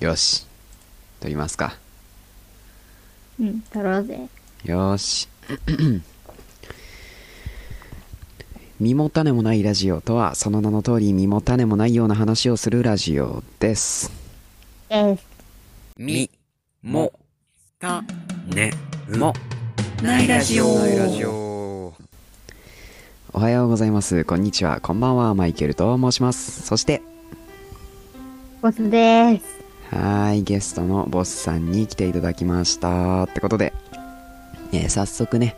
よし。撮りますか。うん、撮ろうぜ。よーし。 身も種もないラジオとは、その名の通り身も種もないような話をするラジオです。です。み、も、た、ね、も、ないラジオ。ないラジオ。おはようございます。こんにちは。こんばんは。マイケルと申します。そして、ボスです。はーい、ゲストのボスさんに来ていただきました。ってことで、えー早速ね、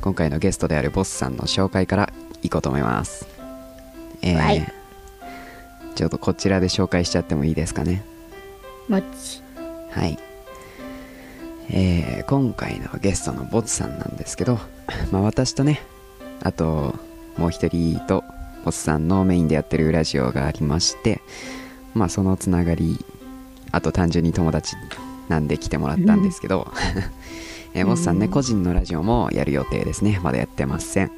今回のゲストであるボスさんの紹介からいこうと思います。えーはいちょっとこちらで紹介しちゃってもいいですかね。もち。はい。えー今回のゲストのボツさんなんですけど、まあ私とね、あと、もう一人と、ボツさんのメインでやってるラジオがありまして、まあそのつながり、あと単純に友達なんで来てもらったんですけど、 えーボツさんね、個人のラジオもやる予定ですね。まだやってません。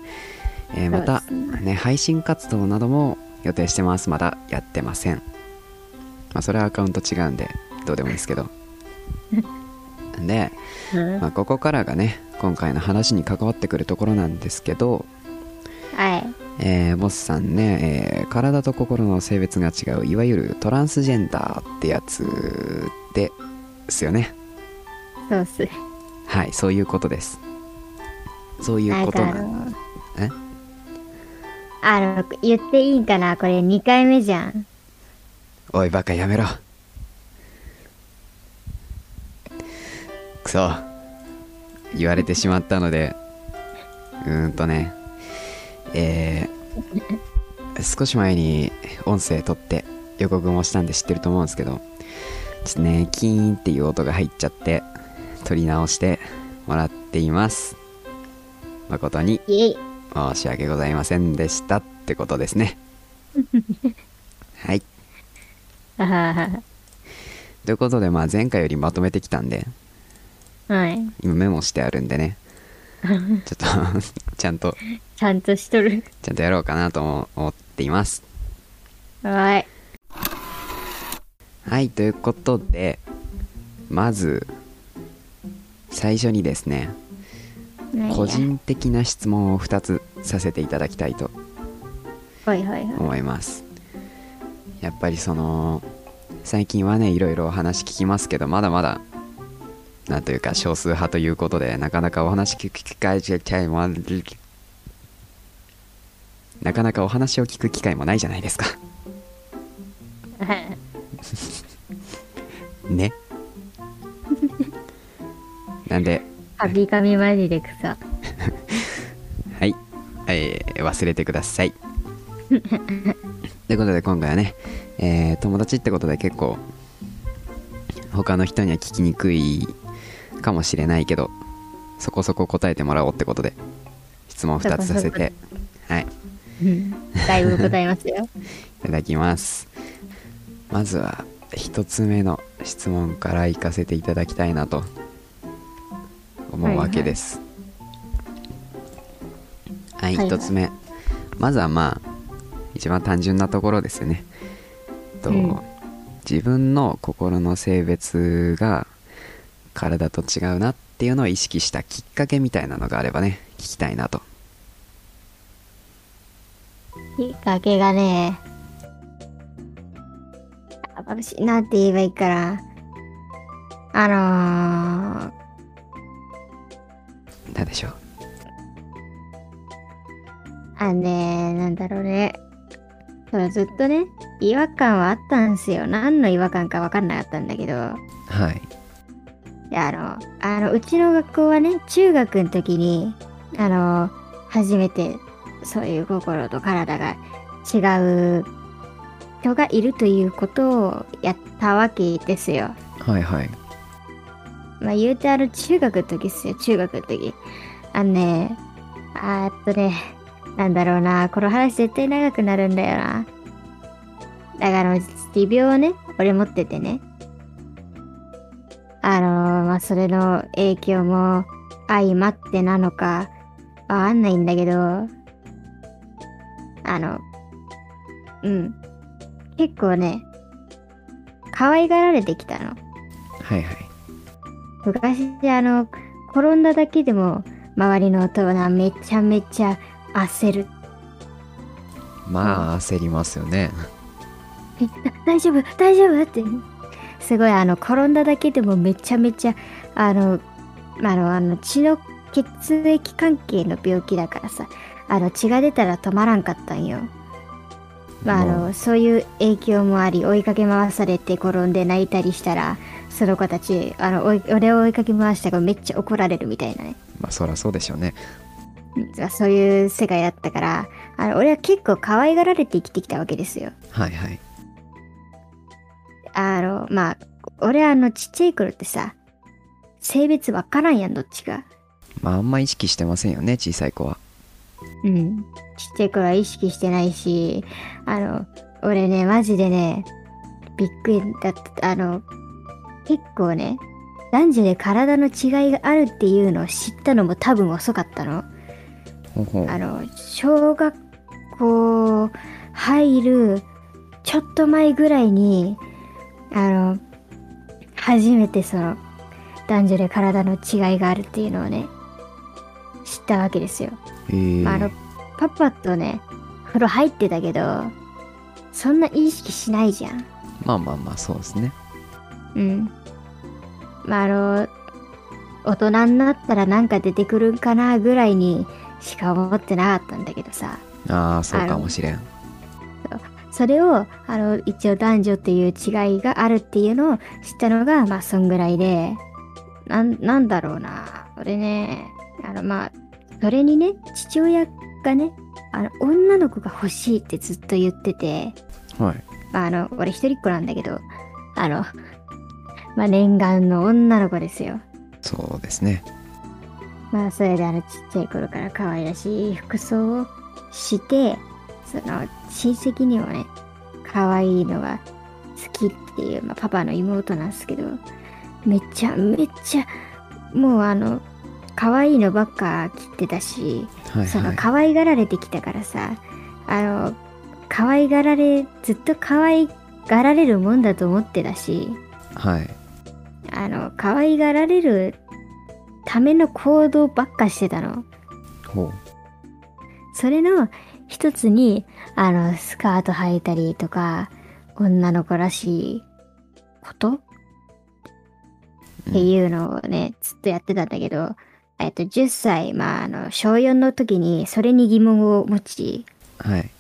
えーまた、そうですね、配信活動なども予定してます。まだやってません。まあそれはアカウント違うんで、どうでもいいですけ ど。で、うんまあ、ここからがね今回の話に関わってくるところなんですけど、はい。えーボスさんね、えー体と心の性別が違ういわゆるトランスジェンダーってやつですよねそうっす。はいそういうことですそういうなこんとかあなんのだ、えあの、言っていいんかなこれ2回目じゃん。おいバカやめろくそ言われてしまったのでうーんとねえー、少し前に音声取って予告もしたんで知ってると思うんですけどちょっとねキーンっていう音が入っちゃって取り直してもらっています誠にイェイ。申し訳ございませんでしたってことですねはいあははということで、まあ、前回よりまとめてきたんでは。はい。今メモしてあるんでねちょっと ちゃんとちゃんとしとる。ちゃんとやろうかなとも思っていますはい。はいということでまず最初にですねないや個人的な質問を2つさせていただきたいとはいはいはい。思いますやっぱりその最近はねいろいろお話聞きますけどまだまだなんというか少数派ということでなかなかお話聞く機会じゃちゃいもなかなかお話を聞く機会もないじゃないですかねなんではびかみマジで草。はい、えー忘れてください。ということで今回はね、えー友達ってことで結構他の人には聞きにくいかもしれないけどそこそこ答えてもらおうってことで質問2つさせて、はい、いうんだいぶ答えますよ。ただきます。まずは1つ目の質問から行かせていただきたいなと思うわけです。はい、はいは1いつ目まずはまあ一番単純なところですよね、とうん自分の心の性別が体と違うなっていうのを意識したきっかけみたいなのがあればね聞きたいなときっかけがね、あ眩しいなって言えばいいから、あの何でしょうー、あのね、なんだろうね。そのずっとね、違和感はあったんすよ。何の違和感か分かんなかったんだけど、はいであの、あの、うちの学校はね、中学の時に、あの、初めて、そういう心と体が違う人がいるということをやったわけですよ。はいはいまあ、言うてある中学の時っすよ、中学の時。あのね、あーっとね、なんだろうな、この話絶対長くなるんだよな。だからあの、持病をね、俺持っててね。あのーまあ、それの影響も相まってなのか、わかんないんだけど、あの、うん。結構ね、可愛がられてきたの。はいはい昔あの転んだだけでも周りの大人めちゃめちゃ焦るまあ焦りますよねえだ大丈夫大丈夫ってすごいあの転んだだけでもめちゃめちゃあのあのあの血の血液関係の病気だからさあの血が出たら止まらんかったんよ、まあ、あもうのそういう影響もあり追いかけ回されて転んで泣いたりしたらその子たちあのおい俺を追いかけ回したからめっちゃ怒られるみたいなねまあそらそうでしょうねうんそういう世界だったからあの俺は結構可愛がられて生きてきたわけですよはいはいあの、まあ、俺あの、ちっちゃい頃ってさ、性別わからんやん、どっちか。まああんま意識してませんよね小さい子はうん。ちっちゃい頃は意識してないし、あの、俺ね、マジでね、びっくりだった。あの、結構ね、男女で体の違いがあるっていうのを知ったのも多分遅かったの。ほうほうあの、小学校入るちょっと前ぐらいに、あの、初めてその、男女で体の違いがあるっていうのをね、知ったわけですよ。えーまあ、あの、パパとね、風呂入ってたけど、そんな意識しないじゃん。まあまあまあそうですねうん。まあ、あの、大人になったらなんか出てくるんかなぐらいにしか思ってなかったんだけどさ。ああそうかもしれんそれをあの一応男女っていう違いがあるっていうのを知ったのがまあそんぐらいでなんなんだろうな俺ねあのまあそれにね父親がねあの女の子が欲しいってずっと言ってて、はいまあ、あの俺一人っ子なんだけどあの、まあ、念願の女の子ですよそうですねまあそれであのちっちゃい頃から可愛らしい服装をしてその親戚にもね可愛いのが好きっていう、まあ、パパの妹なんですけどめちゃめちゃもうあの可愛いのばっか着てたしはいそはのい可愛がられてきたからさあの可愛がられずっと可愛がられるもんだと思ってたしはいあの可愛がられるための行動ばっかしてたのほうそれの一つにあのスカート履いたりとか女の子らしいことっていうのをねずっとやってたんだけど、えっと、10歳、まあ、あの小4の時にそれに疑問を持ちはい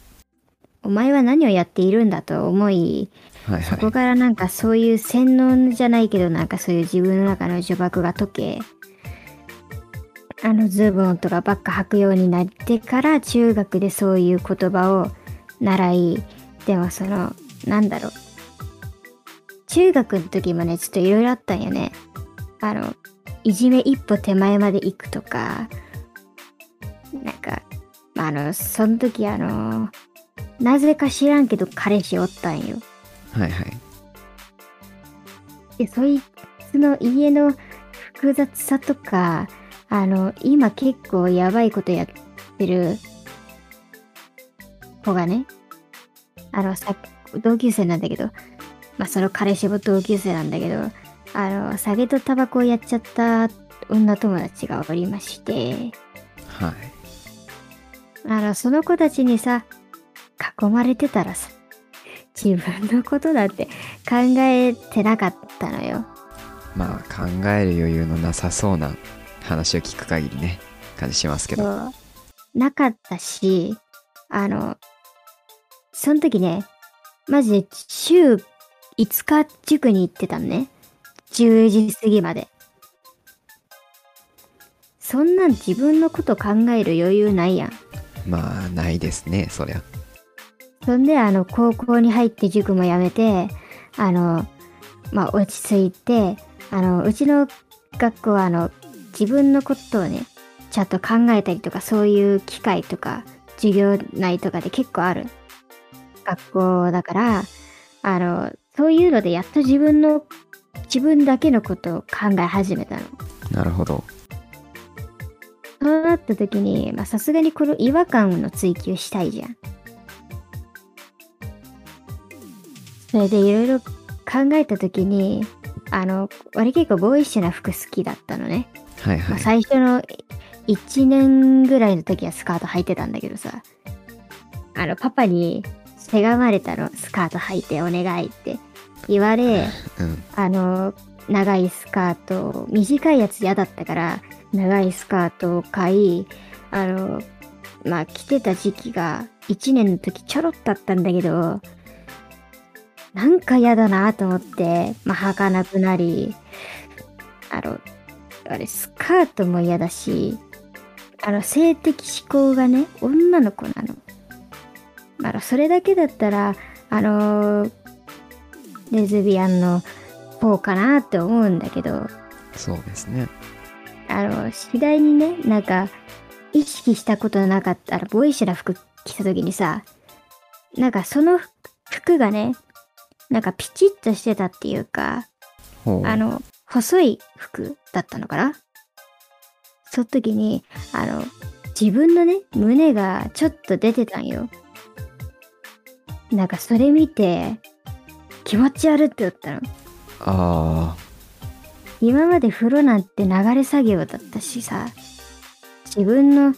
お前は何をやっているんだと思いはいそこはからなんかそういう洗脳じゃないけどなんかそういう自分の中の呪縛が解けあのズボンとかばっか履くようになってから中学でそういう言葉を習いでもそのなんだろう中学の時もねちょっといろいろあったんよねあのいじめ一歩手前まで行くとかなんかまああのその時あのなぜか知らんけど彼氏おったんよいはいはいでそいつの家の複雑さとかあの今結構やばいことやってる子がねあのさ同級生なんだけどまあその彼氏も同級生なんだけどあの酒とタバコをやっちゃった女友達がおりましてはいあのその子たちにさ囲まれてたらさ自分のことだって考えてなかったのよ。まあ考える余裕のなさそうな話を聞く限りね感じしますけどそうなかったしあのその時ねマジで週5日塾に行ってたのね10時過ぎまでそんなん自分のこと考える余裕ないやんまあないですねそりゃそんであの高校に入って塾も辞めてあのまあ落ち着いてあのうちの学校はあの自分のことをねちゃんと考えたりとかそういう機会とか授業内とかで結構ある学校だからあのそういうのでやっと自分の自分だけのことを考え始めたの。なるほどそうなった時にまあさすがにこの違和感の追求したいじゃん。それでいろいろ考考えた時にあの割結構ボーイッシュな服好きだったのね、はいまはあい。最初の1年ぐらいの時はスカート履いてたんだけどさあのパパにせがまれたのスカート履いてお願いって言われうん。あの長いスカート短いやつ嫌だったから長いスカートを買いあのまあ着てた時期が1年の時ちょろっとあったんだけどなんか嫌だなと思って、まあ、履かなくなりあのあれスカートも嫌だしあの性的指向がね女の子なの。あのそれだけだったらあのレズビアンの方かなって思うんだけどそうですね。あの次第にねなんか意識したことなかったらボーイッシュな服着た時にさなんかその服がねなんかピチッとしてたっていうかほう。あの細い服だったのかなその時にあの自分のね胸がちょっと出てたんよなんかそれ見て気持ち悪って思ったのあ今まで風呂なんて流れ作業だったしさ自分の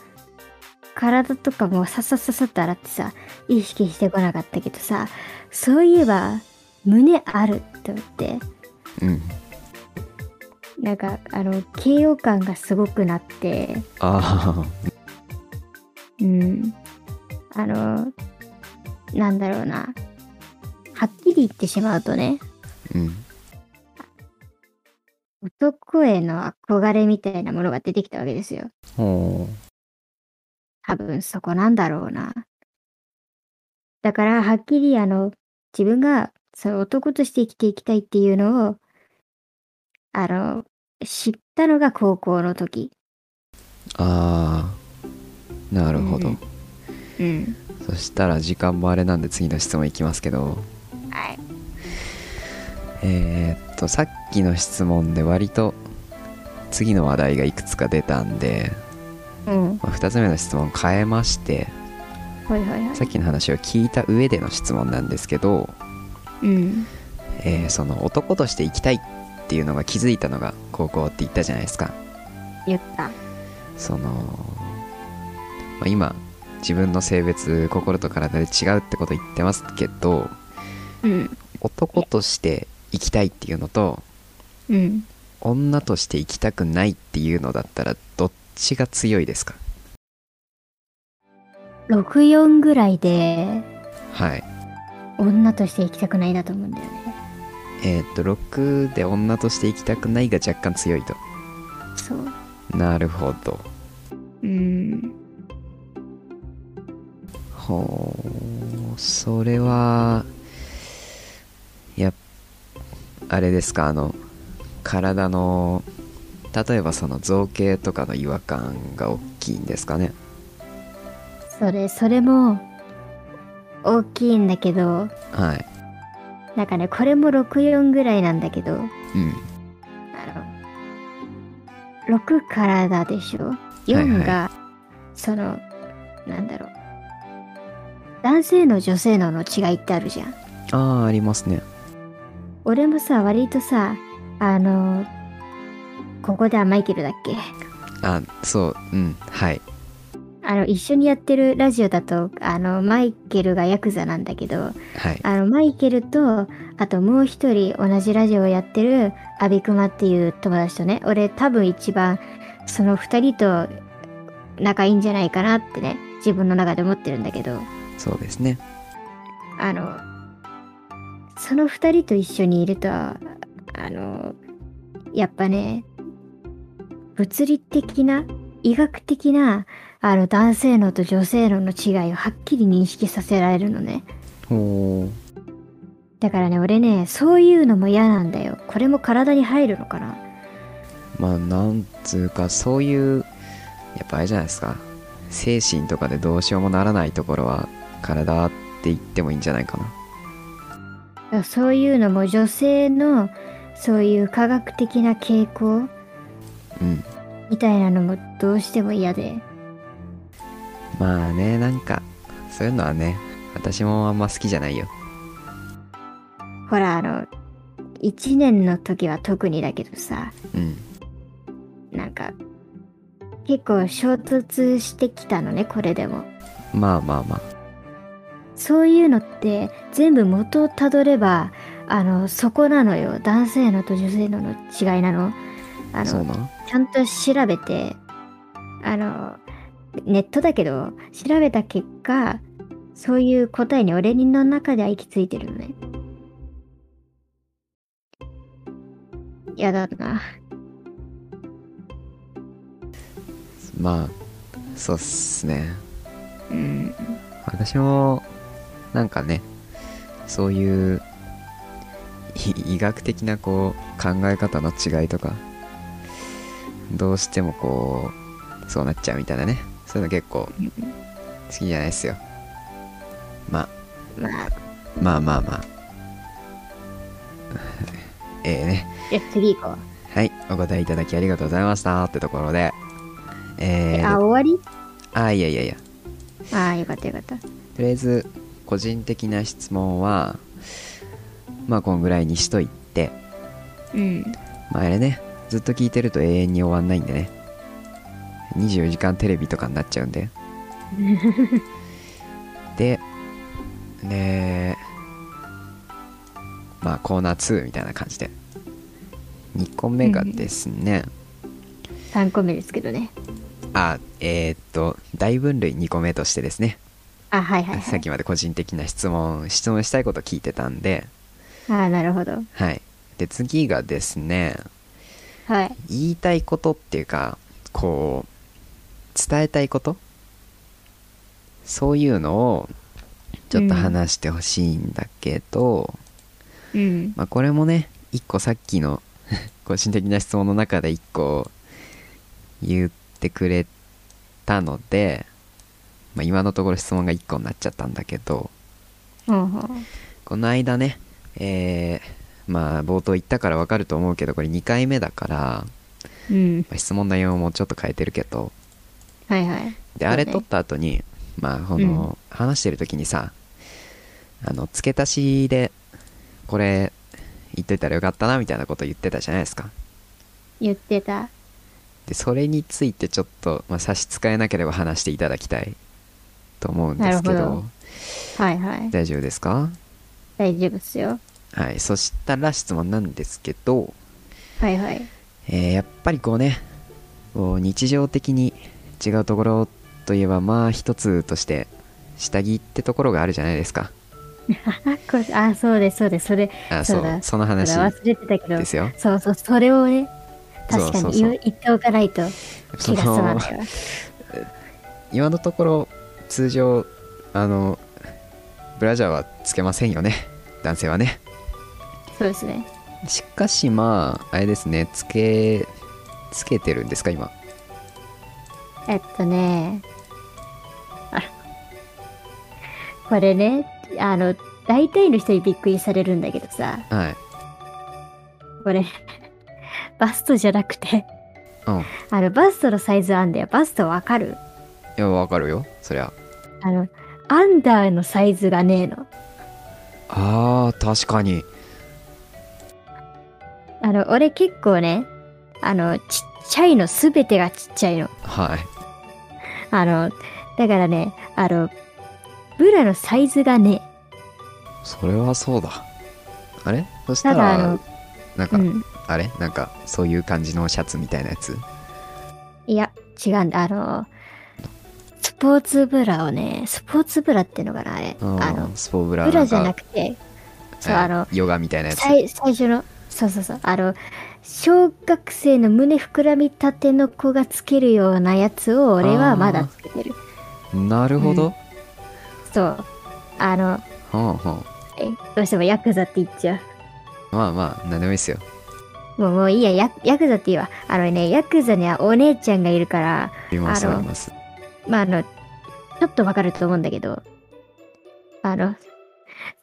体とかもささささっと洗ってさ意識してこなかったけどさそういえば胸あるって思ってー。うん。なんかあの形容感がすごくなってあうんあのなんだろうなはっきり言ってしまうとねー。うん。男への憧れみたいなものが出てきたわけですよほ多分そこなんだろうな。だから、はっきりあの、自分がその男として生きていきたいっていうのを、あの、知ったのが高校の時。う。ああ。なるほど。うんうん。そしたら時間もあれなんで次の質問いきますけど。はい。えーっと、さっきの質問で割と次の話題がいくつか出たんで、うん。まあ、2つ目の質問変えまして、はいはいはい。さっきの話を聞いた上での質問なんですけど、うん。えーその男として生きたいっていうのが気づいたのが高校って言ったじゃないですか。言った。その、まあ今、自分の性別、心と体で違うってこと言ってますけど、うん。男として生きたいっていうのと、うん。女として生きたくないっていうのだったらどっちが強いですか64ぐらいで、はい女として生きたくないだと思うんだよね。えーっと6で女として生きたくないが若干強いとそう。なるほどうん。ほうそれはいやあれですかあの体の例えばその造形とかの違和感が大きいんですかねそれ、それも、大きいんだけど、はいなんかね、これも64ぐらいなんだけど、うんあの、6からだでしょ ?4 が、その、なんだろう。男性の女性のの違いってあるじゃん。ああありますね俺もさ、割とさ、あの、ここではマイケルだっけあそううんはいあの、一緒にやってるラジオだと、あの、マイケルがヤクザなんだけど、はいあの、マイケルと、あともう一人同じラジオをやってるアビクマっていう友達とね、俺多分一番その二人と仲いいんじゃないかなってね、自分の中で思ってるんだけど、そうですねあの、その二人と一緒にいると、あの、やっぱね、物理的な、医学的な、あの、男性脳と女性脳の違いをはっきり認識させられるのね。ほうだからね、俺ね、そういうのも嫌なんだよ。これも体に入るのかなまあなんつうかそういうやっぱあれじゃないですか精神とかでどうしようもならないところは体って言ってもいいんじゃないかなだからそういうのも女性の、そういう科学的な傾向うんみたいなのもどうしても嫌で。まあねなんかそういうのはね私もあんま好きじゃないよほら、あの、 1年の時は特にだけどさうんなんか結構衝突してきたのねこれでもまあまあまあそういうのって全部元をたどればあのそこなのよ男性のと女性のの違いなのあそうなのんちゃんと調べてあのネットだけど調べた結果そういう答えに俺の中では行き着いてるのねやだなまあそうっすねうん私もなんかねそういうい医学的なこう考え方の違いとかどうしてもこうそうなっちゃうみたいなねそういうの結構好きじゃないっすよまあままああまあ まあええねじゃあ次行こうはいお答えいただきありがとうございましたってところでえあー、終わりあいやいやいやああよかったよかったとりあえず個人的な質問はまあこんぐらいにしといてうんまああれねずっと聞いてると永遠に終わんないんでね24時間テレビとかになっちゃうんででねまあコーナー2みたいな感じで2個目がですね、 3個目ですけどねあえー、っと大分類2個目としてですねあはいはい、はさっい、きまで個人的な質問質問したいこと聞いてたんでああなるほどはい。で、次がですね、はい言いたいことっていうか、こう、伝えたいことそういうのを、ちょっと話してほしいんだけど、うんまあこれもね、一個さっきの 個人的な質問の中で一個言ってくれたので、まあ今のところ質問が一個になっちゃったんだけど、ほうほうこの間ね、えーまあ冒頭言ったからわかると思うけど、これ2回目だから、うんまあ質問内容もちょっと変えてるけどはいはで、いそうねあれ取った後にまあこの、話してる時にさあの付け足しでこれ言っといたらよかったなみたいなこと言ってたじゃないですか言ってたでそれについてちょっと、まあ、差し支えなければ話していただきたいと思うんですけどなるほどはいはい大丈夫ですか大丈夫っすよはいそしたら質問なんですけど、はいはいえーやっぱりこうねこう日常的に違うところといえばまあ一つとして下着ってところがあるじゃないですかあこれあそうですそうですそれあそうそうだそのそれ話忘れてたけどですよそうそうそれをねそう確かそうにそう言う言っておかないとそ気が済まのないわ今のところ通常あのブラジャーはつけませんよね男性はねそうですねしかしまああれですねつけつけてるんですか今えっとねあこれねあの大体の人にびっくりされるんだけどさはいこれバストじゃなくてうんいあのバストのサイズあんだよバストわかるやわかるよそりゃあのアンダーのサイズがねえのあー確かにあの俺結構ねあのちっちゃいのすべてがちっちゃいのはいあのだからねあのブラのサイズがねそれはそうだあれそしたただあらのなんうか、んあれなんかそういう感じのシャツみたいなやついや違うんだあのスポーツブラをねスポーツブラってのかなあれあうんのスポーブラブラじゃなてくてそうあのヨガみたいなやつ最最初のそうそうそうあの小学生の胸膨らみたての子がつけるようなやつを俺はまだつけてるなるほど、そうあのほうほうえどうしてもヤクザって言っちゃまあまあ何でもいいっすようもうもういいやヤヤクザって言いわあのねヤクザにはお姉ちゃんがいるからありますああのりますまああのちょっとわかると思うんだけどあの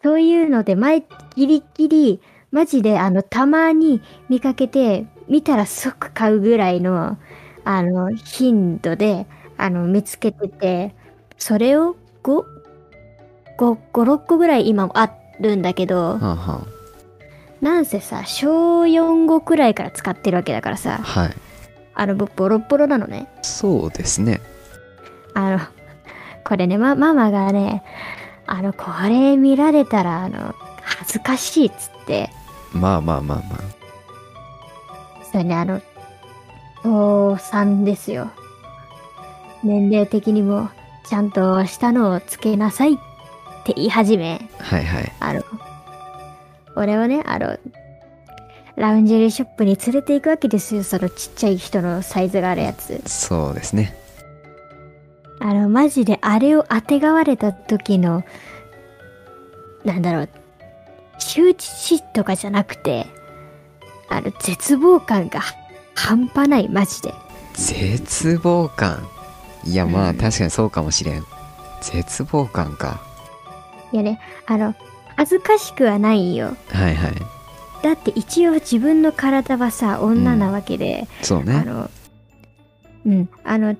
そういうので前ギリギリマジであのたまに見かけて見たら即買うぐらいのあの頻度であの見つけててそれを56個ぐらい今もあるんだけはどあはなんせさ、小4号くらいから使ってるわけだからさ、はいあの、僕ボロッボロなのね。そうですねあの、これね、ま、ママがね、あの、これ見られたら、あの、恥ずかしいっつって、まあまあまあまあそれね、あの、お3ですよ。年齢的にも、ちゃんとしたのをつけなさいって言い始め、はいはいあの、俺をね、あの、ラウンジェリーショップに連れて行くわけですよ、そのちっちゃい人のサイズがあるやつ。そうですねあの、マジであれをあてがわれた時の、なんだろう、羞恥心とかじゃなくて、あの、絶望感が半端ない、マジで。絶望感いやまうあん確かにそうかもしれん絶望感かいやね、あの、恥ずかしくはないよ。はいはいだって一応自分の体はさ、女なわけで、そうあねの、うん、あの、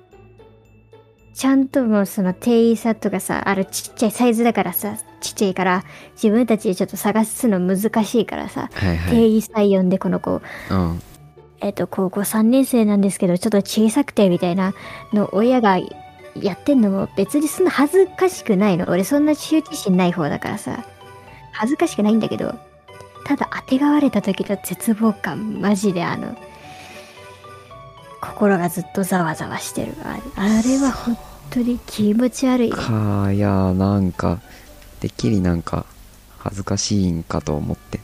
ちゃんともうその店員さんとかさ、あのちっちゃいサイズだからさ、ちっちゃいから、自分たちでちょっと探すの難しいからさ、はいはい定員さん呼んでこの子、うんえっと高校3年生なんですけどちょっと小さくてみたいなの親がやってんのも別にそんな恥ずかしくないの俺そんな羞恥心ない方だからさ恥ずかしくないんだけどただあてがわれた時の絶望感マジであの心がずっとざわざわしてるああれは本当に気持ち悪いかいやなんかてっきりなんか恥ずかしいんかと思って違う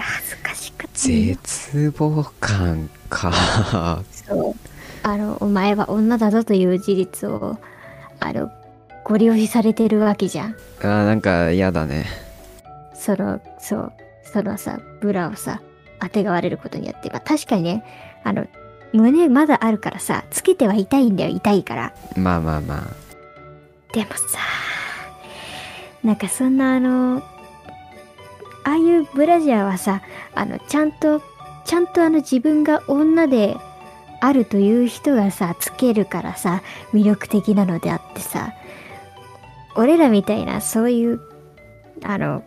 恥ずかしくないよ絶望感か そうあのお前は女だぞという事実をあのご利用しされてるわけじゃんあーなんか嫌だねそのそうそのさブラをさあてがわれることによって、まあ、確かにねあの胸まだあるからさつけては痛いんだよ痛いからまあまあまあでもさなんかそんなあのああいうブラジャーはさあのちゃんとちゃんとあの自分が女であるという人がさつけるからさ魅力的なのであってさ俺らみたいなそういうあの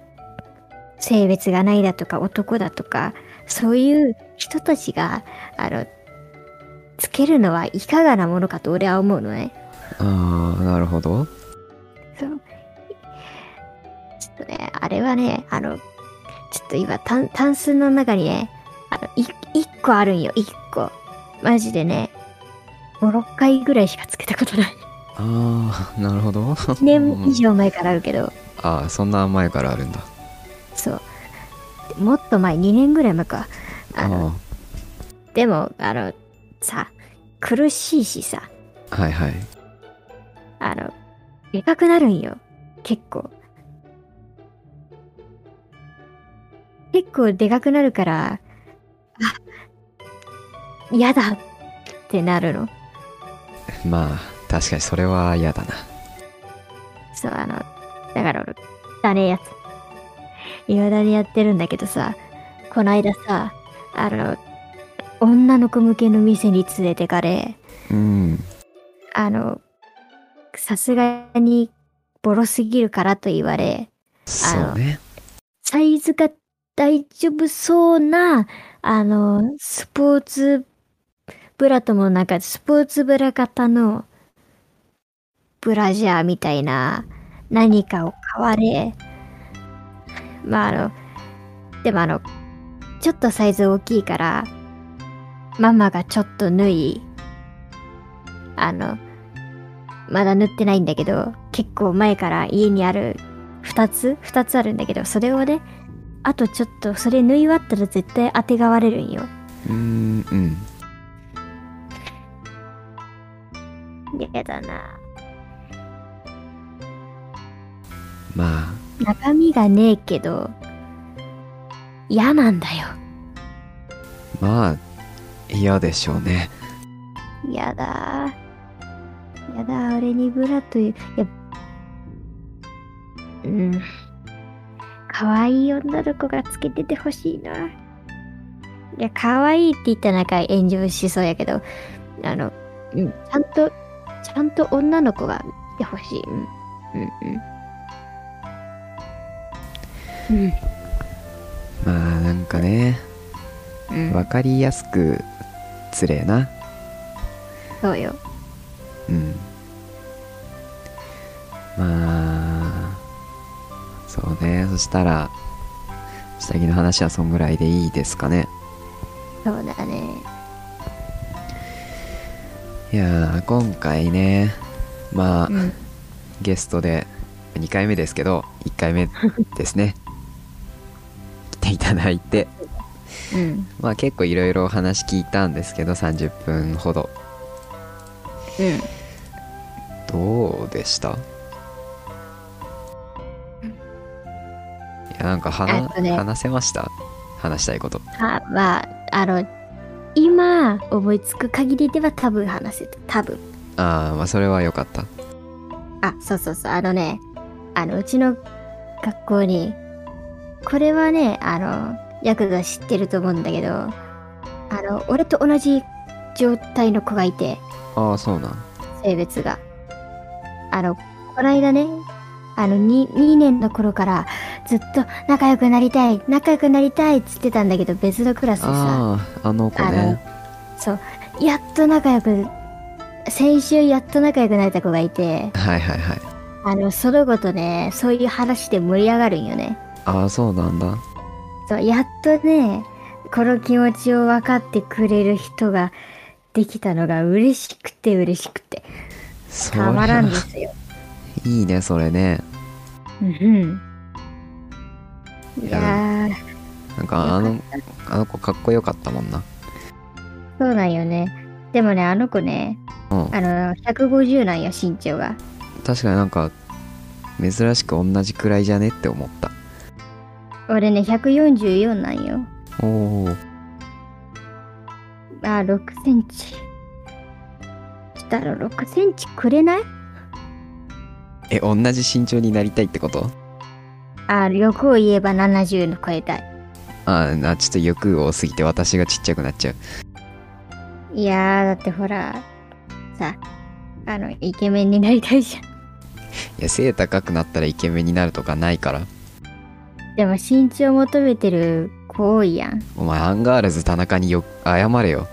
性別がないだとか男だとかそういう人たちがあのつけるのはいかがなものかと俺は思うのね。あーなるほどそう。ちょっとね、あれはね、あの、ちょっと今、タン、タンスの中にね、あの、い、一個あるんよ、一個。マジでね、5、6回ぐらいしかつけたことない。あーなるほど1年以上前からあるけど、 ああそんな前からあるんだそう。もっと前、2年ぐらい前か。あの、あでも、あの、さ、苦しいしさ、あはいはいあの、でかくなるんよ。結構。結構でかくなるから、あ、嫌だってなるの。まあ確かにそれは嫌だなそう、あの、だから、だねえやつ。いまだにやってるんだけどさ、こないださ、あの、女の子向けの店に連れてかれ、うんあの、さすがにボロすぎるからと言われ、そうねサイズが大丈夫そうな、あの、スポーツブラともなんか、スポーツブラ型のブラジャーみたいな何かを買われ、まああの、でもあの、ちょっとサイズ大きいから、ママがちょっと縫い、あの、まだ縫ってないんだけど、結構前から家にある2つ2つあるんだけどそれをねあとちょっとそれ縫い終わったら絶対当てがわれるんようんうんやだなまあ中身がねえけど嫌なんだよまあ嫌でしょうねやだやだ俺にブラといういやうん可愛い女の子がつけててほしいないや可愛いって言ったらなんか炎上しそうやけどあの、うん、ちゃんとちゃんと女の子がいてほしいうんうんうんうんまあなんかねうん、分かりやすくつれえなそうよ。うんまあそうねそしたら下着の話はそんぐらいでいいですかねそうだね。いやー今回ねまあ、うん、ゲストで2回目ですけど1回目ですね 来ていただいてうん、まあ結構いろいろお話聞いたんですけど30分ほどうん。どうでしたいやなんか話,、えっとね話せました話したいことあまあ、あの、今思いつく限りでは多分話せた。多分。ああまあそれは良かったあ、そうそうそう。あのね、あの、うちの学校に、これはね、あの、ヤクが知ってると思うんだけど、あの、俺と同じ状態の子がいて、ああそうなん性別が。あの、こないだね、あの2、2年の頃からずっと仲良くなりたい、仲良くなりたいっつってたんだけど、別のクラスでさ、あああの子ねそう、やっと仲良く、先週やっと仲良くなれた子がいて、はいはいはいあの、その子とね、そういう話で盛り上がるんよね。ああそうなんだそう、やっとね、この気持ちを分かってくれる人ができたのが嬉しくて嬉しくて、そたれはまらんですよ。いいねそれねうんうん。いやー、なんかあのあの子かっこよかったもんなそうなんよね。でもね、あの子ね、うんあの、150なんよ、身長が。確かになんか珍しく同じくらいじゃねって思った俺ね、144なんよ。おおあー、6センチ。したら6センチくれないえ同じ身長になりたいってことあー、欲を言えば70の超えたい。あーなちょっと欲多すぎて私がちっちゃくなっちゃういやー、だってほら、さ、あの、イケメンになりたいじゃん。 いや背高くなったらイケメンになるとかないからでも身長求めてる子多いやん。お前アンガールズ田中によ謝れよ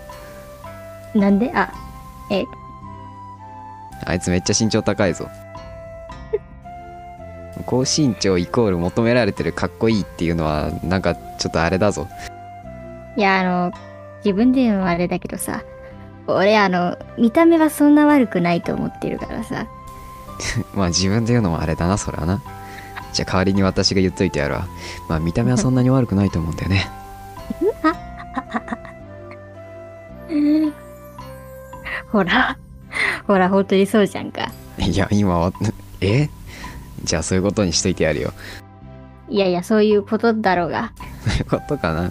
なんであ、え、あいつめっちゃ身長高いぞ 高身長イコール求められてるかっこいいっていうのはなんかちょっとあれだぞ いや、あの、自分で言うのもあれだけどさ、俺、あの、見た目はそんな悪くないと思ってるからさ。まあ自分で言うのもあれだなそれはなじゃあ代わりに私が言っといてやるわまあ見た目はそんなに悪くないと思うんだよね ほら、ほら、本当にそうじゃんか。いや今は えじゃあそういうことにしといてやるよいやいや、そういうことだろうが。 そういうことかな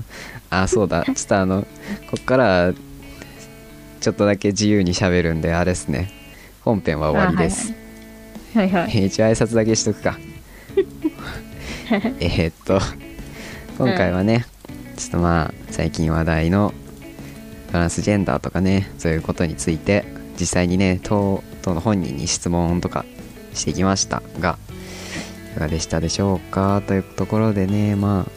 あそうだちょっとあのこっからちょっとだけ自由に喋るんであれですね本編は終わりです、はいはい。えー一応挨拶だけしとくかえーっと今回はね、ちょっとまあ最近話題のトランスジェンダーとかねそういうことについて実際にね当当の本人に質問とかしてきましたがいかがでしたでしょうかというところでねまあ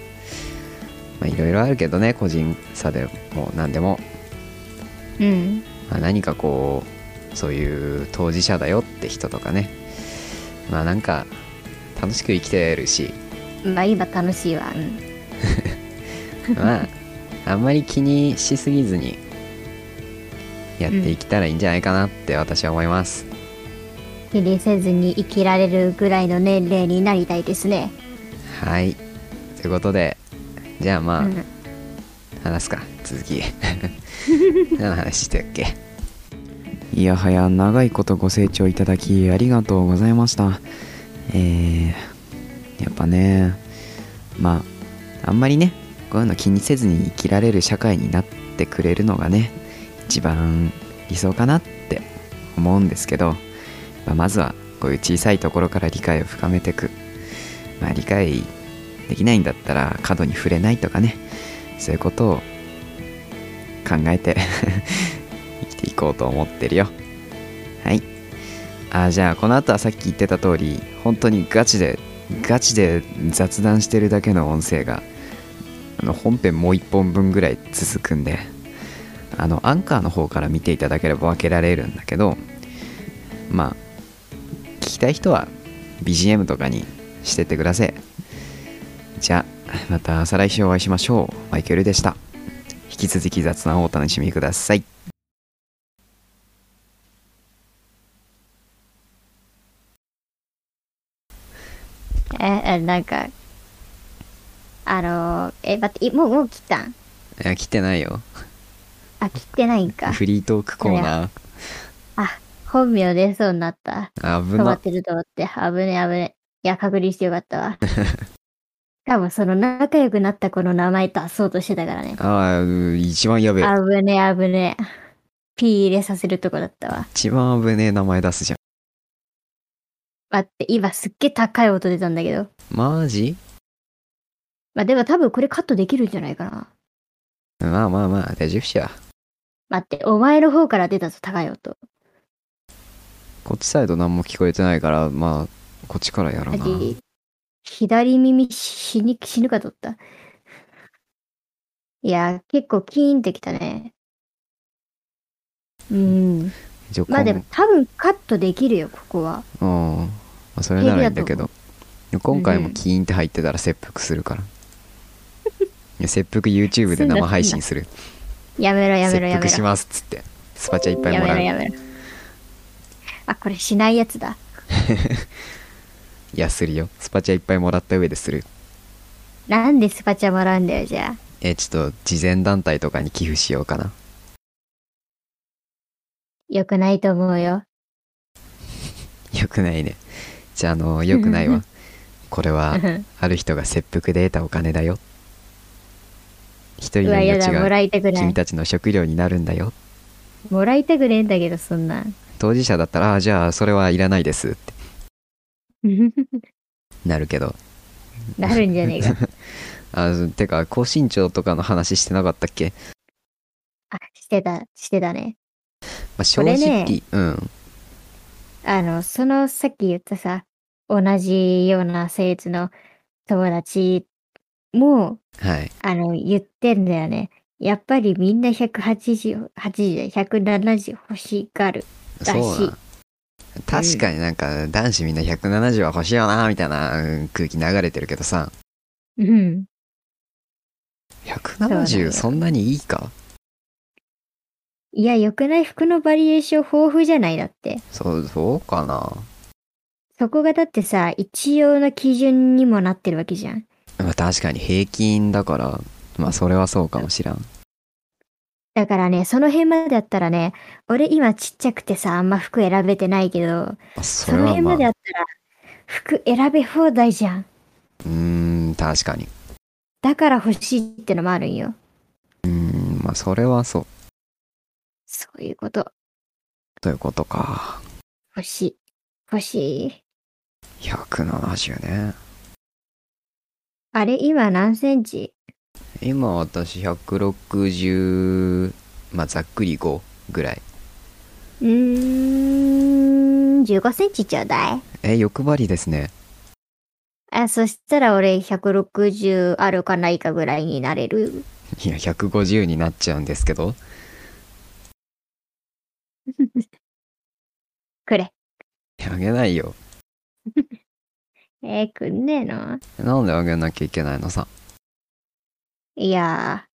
まあいろいろあるけどね個人差でも何でも、うん。まあ、何かこうそういう当事者だよって人とかねまあなんか楽しく生きてるしまあ、今楽しいわ。うん。ま ああんまり気にしすぎずにやっていけたらいいんじゃないかなって私は思います、気にせずに生きられるぐらいの年齢になりたいですね。はいということでじゃあまあ、うん。話すか続き何の話してたっけいやはや長いことご清聴いただきありがとうございましたえーやっぱねまああんまりねこういうの気にせずに生きられる社会になってくれるのがね一番理想かなって思うんですけど、まあまずはこういう小さいところから理解を深めていく、まあ、理解できないんだったら過度に触れないとかねそういうことを考えて 生きていこうと思ってるよ。はい。あじゃあこの後はさっき言ってた通り本当にガチでガチで雑談してるだけの音声があの本編もう1本分ぐらい続くんであのアンカーの方から見ていただければ分けられるんだけどまあ聞きたい人は BGM とかにしてってくださいじゃあまた再来週お会いしましょうマイケルでした引き続き雑談をお楽しみくださいえ、えなんか、あのー、え、待って、いもう、もう切ったんいや来てないよあ、切ってないんか。フリートークコーナ本名出そうにな った。ー危止まなってると思って、危ね危ね。いや、確認してよかっ たわ。多分その仲良くなった子の名前出そうとしてたからね。あー一番やべえ危ね危ね。ピー入れさせるとこだったわ。一番危ねえ名前出すじゃん待って、今すっげえ高い音出たんだけど。マジまあでも多分これカットできるんじゃないかな。まあまあまあ大丈夫っしや待って、お前の方から出たぞ、高い音。こっちサイド何も聞こえてないからまあこっちからやろうなマジ左耳死に、死ぬかとった。いや、結構キーンってきたね。うん。じゃあまあでも多分カットできるよ、ここは。今うん、まあ、それならいいんだけど今回うもんキーンって入ってたら切腹する から、いや切腹 YouTube で生配信するやめろやめ切ろやめ腹ろし。ますっつってスパチャいっぱいやもめらろうやめろ。あ、これしないやつだ。いやするよスパチャいっぱいもらった上でするなんでスパチャもらうんだよ、じゃあ。えちょっと慈善団体とかに寄付しようかな よくないと思うよ。よくないねじゃああのよくない わこれはうある人が切腹で得たお金だよ一人のわ、や命だ、もがらいたくな君い。たちの食料になるんだよもらいたくねえんだけど、そんなん。当事者だったらあーじゃあそれはいらないですってなるけどなるんじゃねえか。 あーてか高身長とかの話してなかったっけ、あ、してた、してたね。まあ、正こ直、れねうんあの、そのさっき言ったさ、同じような性別の友達も、はいあの、言ってんだよね。やっぱりみんな180、80、170欲しがる。らしいそうな確かになんか男子みんな170は欲しいよなみたいな、うん空気流れてるけどさうん。なん170よそんなにいいかいや、良くない服のバリエーション豊富じゃないだって。そうそうかなそこがだってさ、一応の基準にもなってるわけじゃん。まあ確かに平均だからまあそれはそうかもしらんだからね、その辺までだったらね、俺今ちっちゃくてさ、あんま服選べてないけど、まあそそれのは辺まあまうでだったら、服選べ放題じゃん。ーん確かにだから欲しいってのもあるんよ。うーんまあそれはそうそういうこと。ということか欲しい。欲しい。 170ねあれ、今何センチ今私160まあざっくり5ぐらいうーん、15センチちょうだい。え欲張りですねあ、そしたら俺160あるかないかぐらいになれる。いや150になっちゃうんですけど くれ。あげないよえー、くんねえのなんであげなきゃいけないのさいや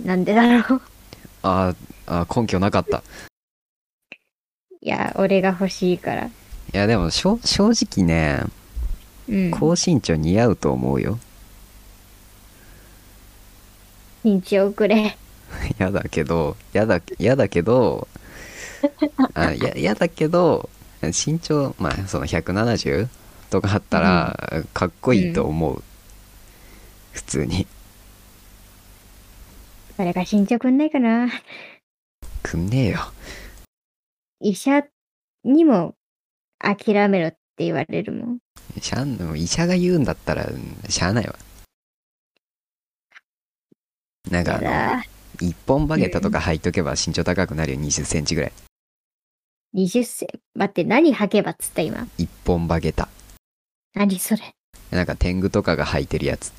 ー。なんでだろう。あーあー根拠なかったいやー、俺が欲しいから。いやでもしょ正直ねうん。高身長似合うと思うよ 身長くれ。やだけどやだやだけどあ ややだけど身長まあその170とかあったらかっこいいと思う、普通に誰か身長くんないかな。くんねえよ医者にも諦めろって言われるもん。しゃん医者が言うんだったらうんしゃあないわなんかやあのだ。一本バゲットとか履いとけば身長高くなるよ2 0センチぐらい20セン待って、何履けばっつった今。一本バゲタ何それ。なんか天狗とかが履いてるやつ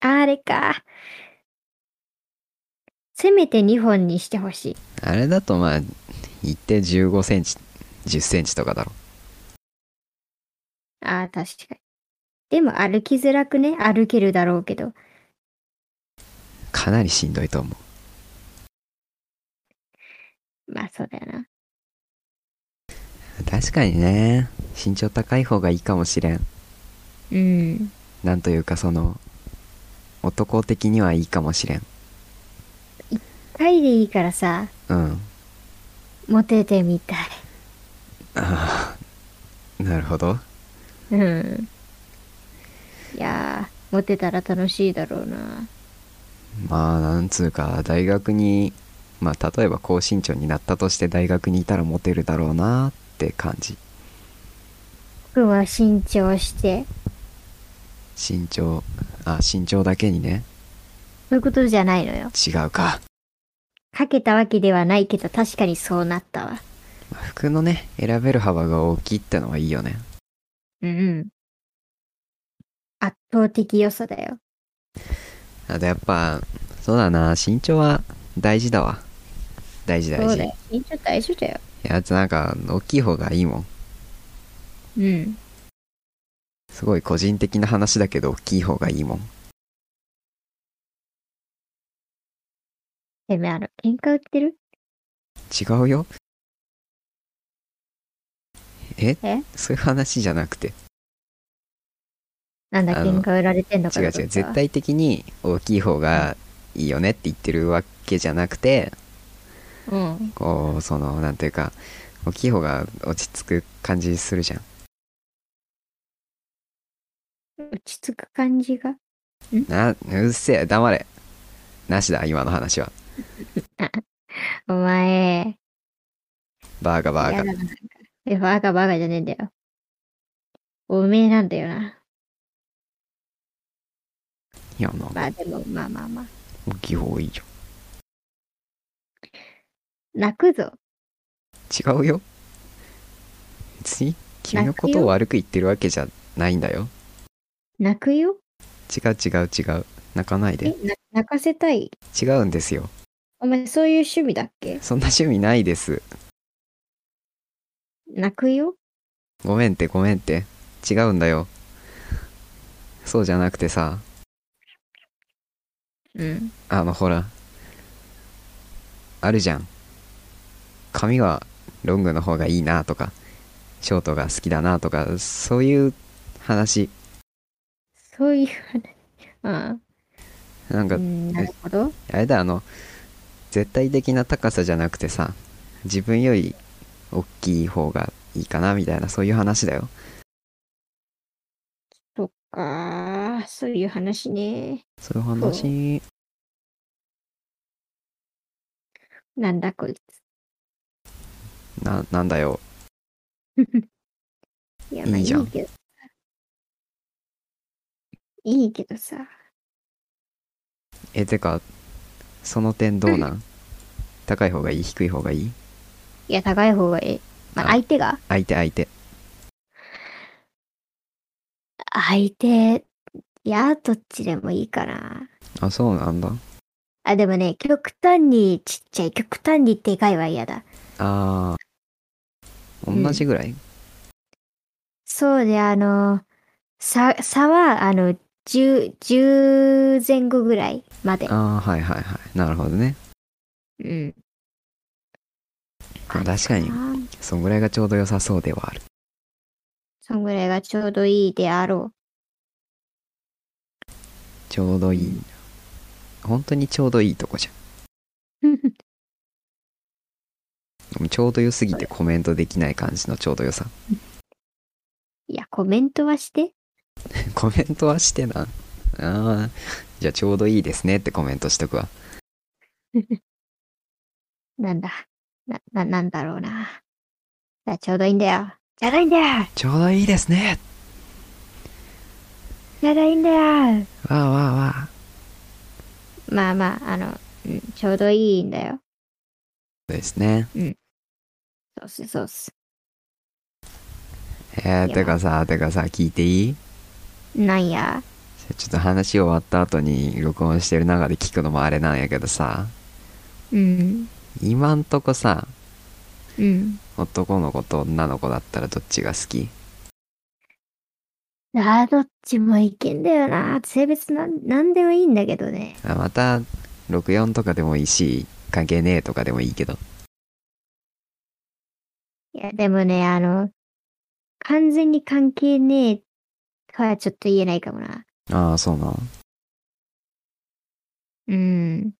ああれか。せめて2本にしてほしい。あれだとまあ一定1 5センチ1 0ンチとかだろああ、確かに。でも歩きづらくね、歩けるだろうけど。かなりしんどいと思まあそうだよな。う確かにね身長高い方がいいかもしれんうん。なんというかその男的にはいいかもしれんタイでいいからさ、うんモテてみたい。ああなるほどうん。いやー、モテたら楽しいだろうな。まあなんつうか大学にまあ例えば高身長になったとして大学にいたらモテるだろうなって感じ僕は慎重して、身長あ身長だけにねそういうことじゃないのよ。違うか、かけたわけではないけど、確かにそうなったわ。まあ服のね選べる幅が大きいってのはいいよねうんうん。圧倒的良さだよ。あとやっぱそうだな身長は大事だわ大事大そう事だいよ。身長大事だよ。やつなんか大きい方がいいもんうん。すごい個人的な話だけど大きい方がいいもんてめえ、あの、喧嘩売ってる違うよええそういう話じゃなくてなんだ、あの喧嘩売られてんのか違う違うと思ったわ絶対的に大きい方がいいよねって言ってるわけじゃなくてうん。こうそのなんていうか大きい方が落ち着く感じするじゃん落ち着く感じが。なうっせえ黙れなしだ今の話はお前、バーガバーガやだななんかえ、バカバカじゃねえんだよ。おめえなんだよな。いやなんかまあでも、まあまあまあ。大きい方がいいじ泣くぞ。ゃん違うよ別に君のこ泣くとよを悪く言ってるわけじゃないんだよ泣くよ。違う違う違う泣かないえ、でな泣かせたい。違うんですよお前、そういう趣味だっけそんな趣味ないです泣くよ。ごめんってごめんって違うんだよそうじゃなくてさうん。あのほらあるじゃん髪はロングの方がいいなとかショートが好きだなとかそういう話そういう話。なんうかん。なるほど。あれだあの絶対的な高さじゃなくてさ自分より大きい方がいいかなみたいなそういう話だよそっかー。そういう話ね。そういう話なんだこいななんだよ つ。いや、まあいいいいじけゃんどさ。いいけどさ。えてかその点どうなん高い方がいい低い方がいいいや、高い方がいい。まあ、あ相手が相手相手相手、いや、どっちでもいいかな。あそうなんだあ、でもね、極端にちっちゃい、極端にでかいは嫌だ。あー同じぐらい、そうで、あの、差、差は、あの、10、10前後ぐらいまで。ああはいはいはいなるほどねうん。まあ確かにあーそんぐらいがちょうど良さそうではあるそんぐらいがちょうどいいであろちょうどいい本当にちょうどいいとこじう。 ゃんでもちょうど良すぎてコメントできない感じのちょうど良さ いや、コメントはして。コメントはしてなああじゃあちょうどいいですねってコメントしとくわなんだ。な、な、なんだろうな。いや、ちょうどいいんだよ。じゃないんだよちょうどいいですねじゃないんだよわあわあわあまあまあ、あの、うん、ちょうどいいんだよ。そうですねそうっす、そうっす。えいー、やてかさてかさ聞いていいなんや。ちちょっと話終わった後に録音してる中で聞くのもあれなんやけどさうん。今んとこさうん。男の子と女の子だったらどっちが好きあーどっちもいけんだよな。性別なん、なんでもいいんだけどね。あまた64とかでもいいし関係ねえとかでもいいけどいや、でもね、あの、完全に関係ねえとはちょっと言えないかもな。ああそうなんうん。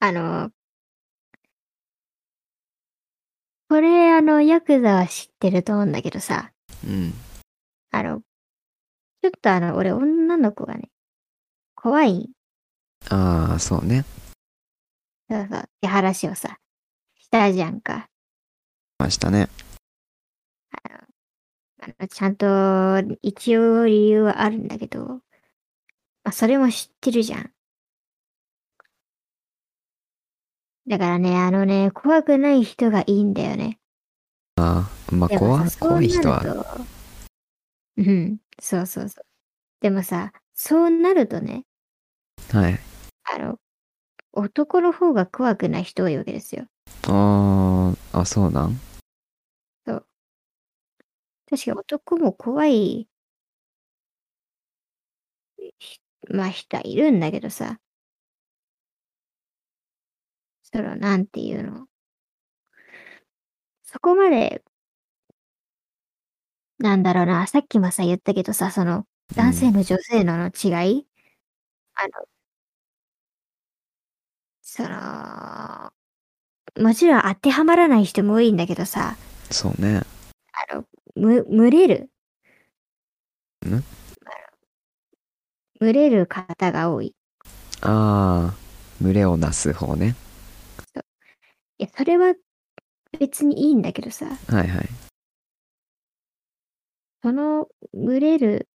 あの、これ、あの、ヤクザは知ってると思うんだけどさ、うんあの、ちょっとあの、俺、女の子がね、怖いああそうねそうそう、って話をさ、したじゃんか。ましたねあのちゃんと、一応理由はあるんだけど、まあ、それも知ってるじゃん。だからね、あのね、怖くない人がいいんだよね。ああまあでも怖さい怖い人。そうはなるとうん、そうそうそう。でもさ、そうなるとね、はいあの、男の方が怖くない人多いわけですよ。あああそうなん確か男も怖い、ひまあ人はいるんだけどさ。その、なんていうの。そこまで、なんだろうな、さっきもさ言ったけどさ、その、男性の女性のの違い、あの、その、もちろん当てはまらない人も多いんだけどさ、そうねあの、む、群れる。んあの群れる方が多い。いああ群れをなす方ねや、それは別にいいんだけどさ、はいはいその群れる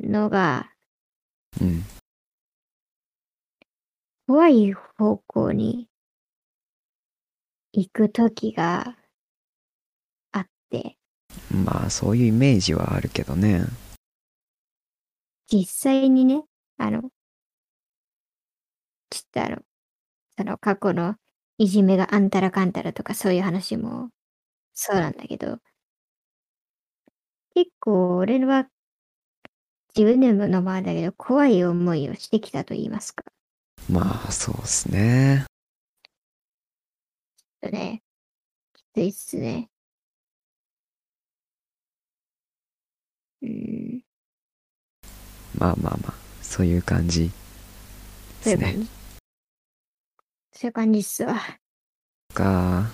のがうん怖い方向に行く時があって、まあそういうイメージはあるけどね実際にね、あの、ちょっとあの、その過去のいじめがあんたらかんたらとかそういう話もそうなんだけど、結構俺は自分でものもあるんだけど、怖い思いをしてきたと言いますか。まあそうっすねちょっとね、きついっすね。うん、まあまあまあそういう感じそでういすねう感じ。そういう感じっすわ。か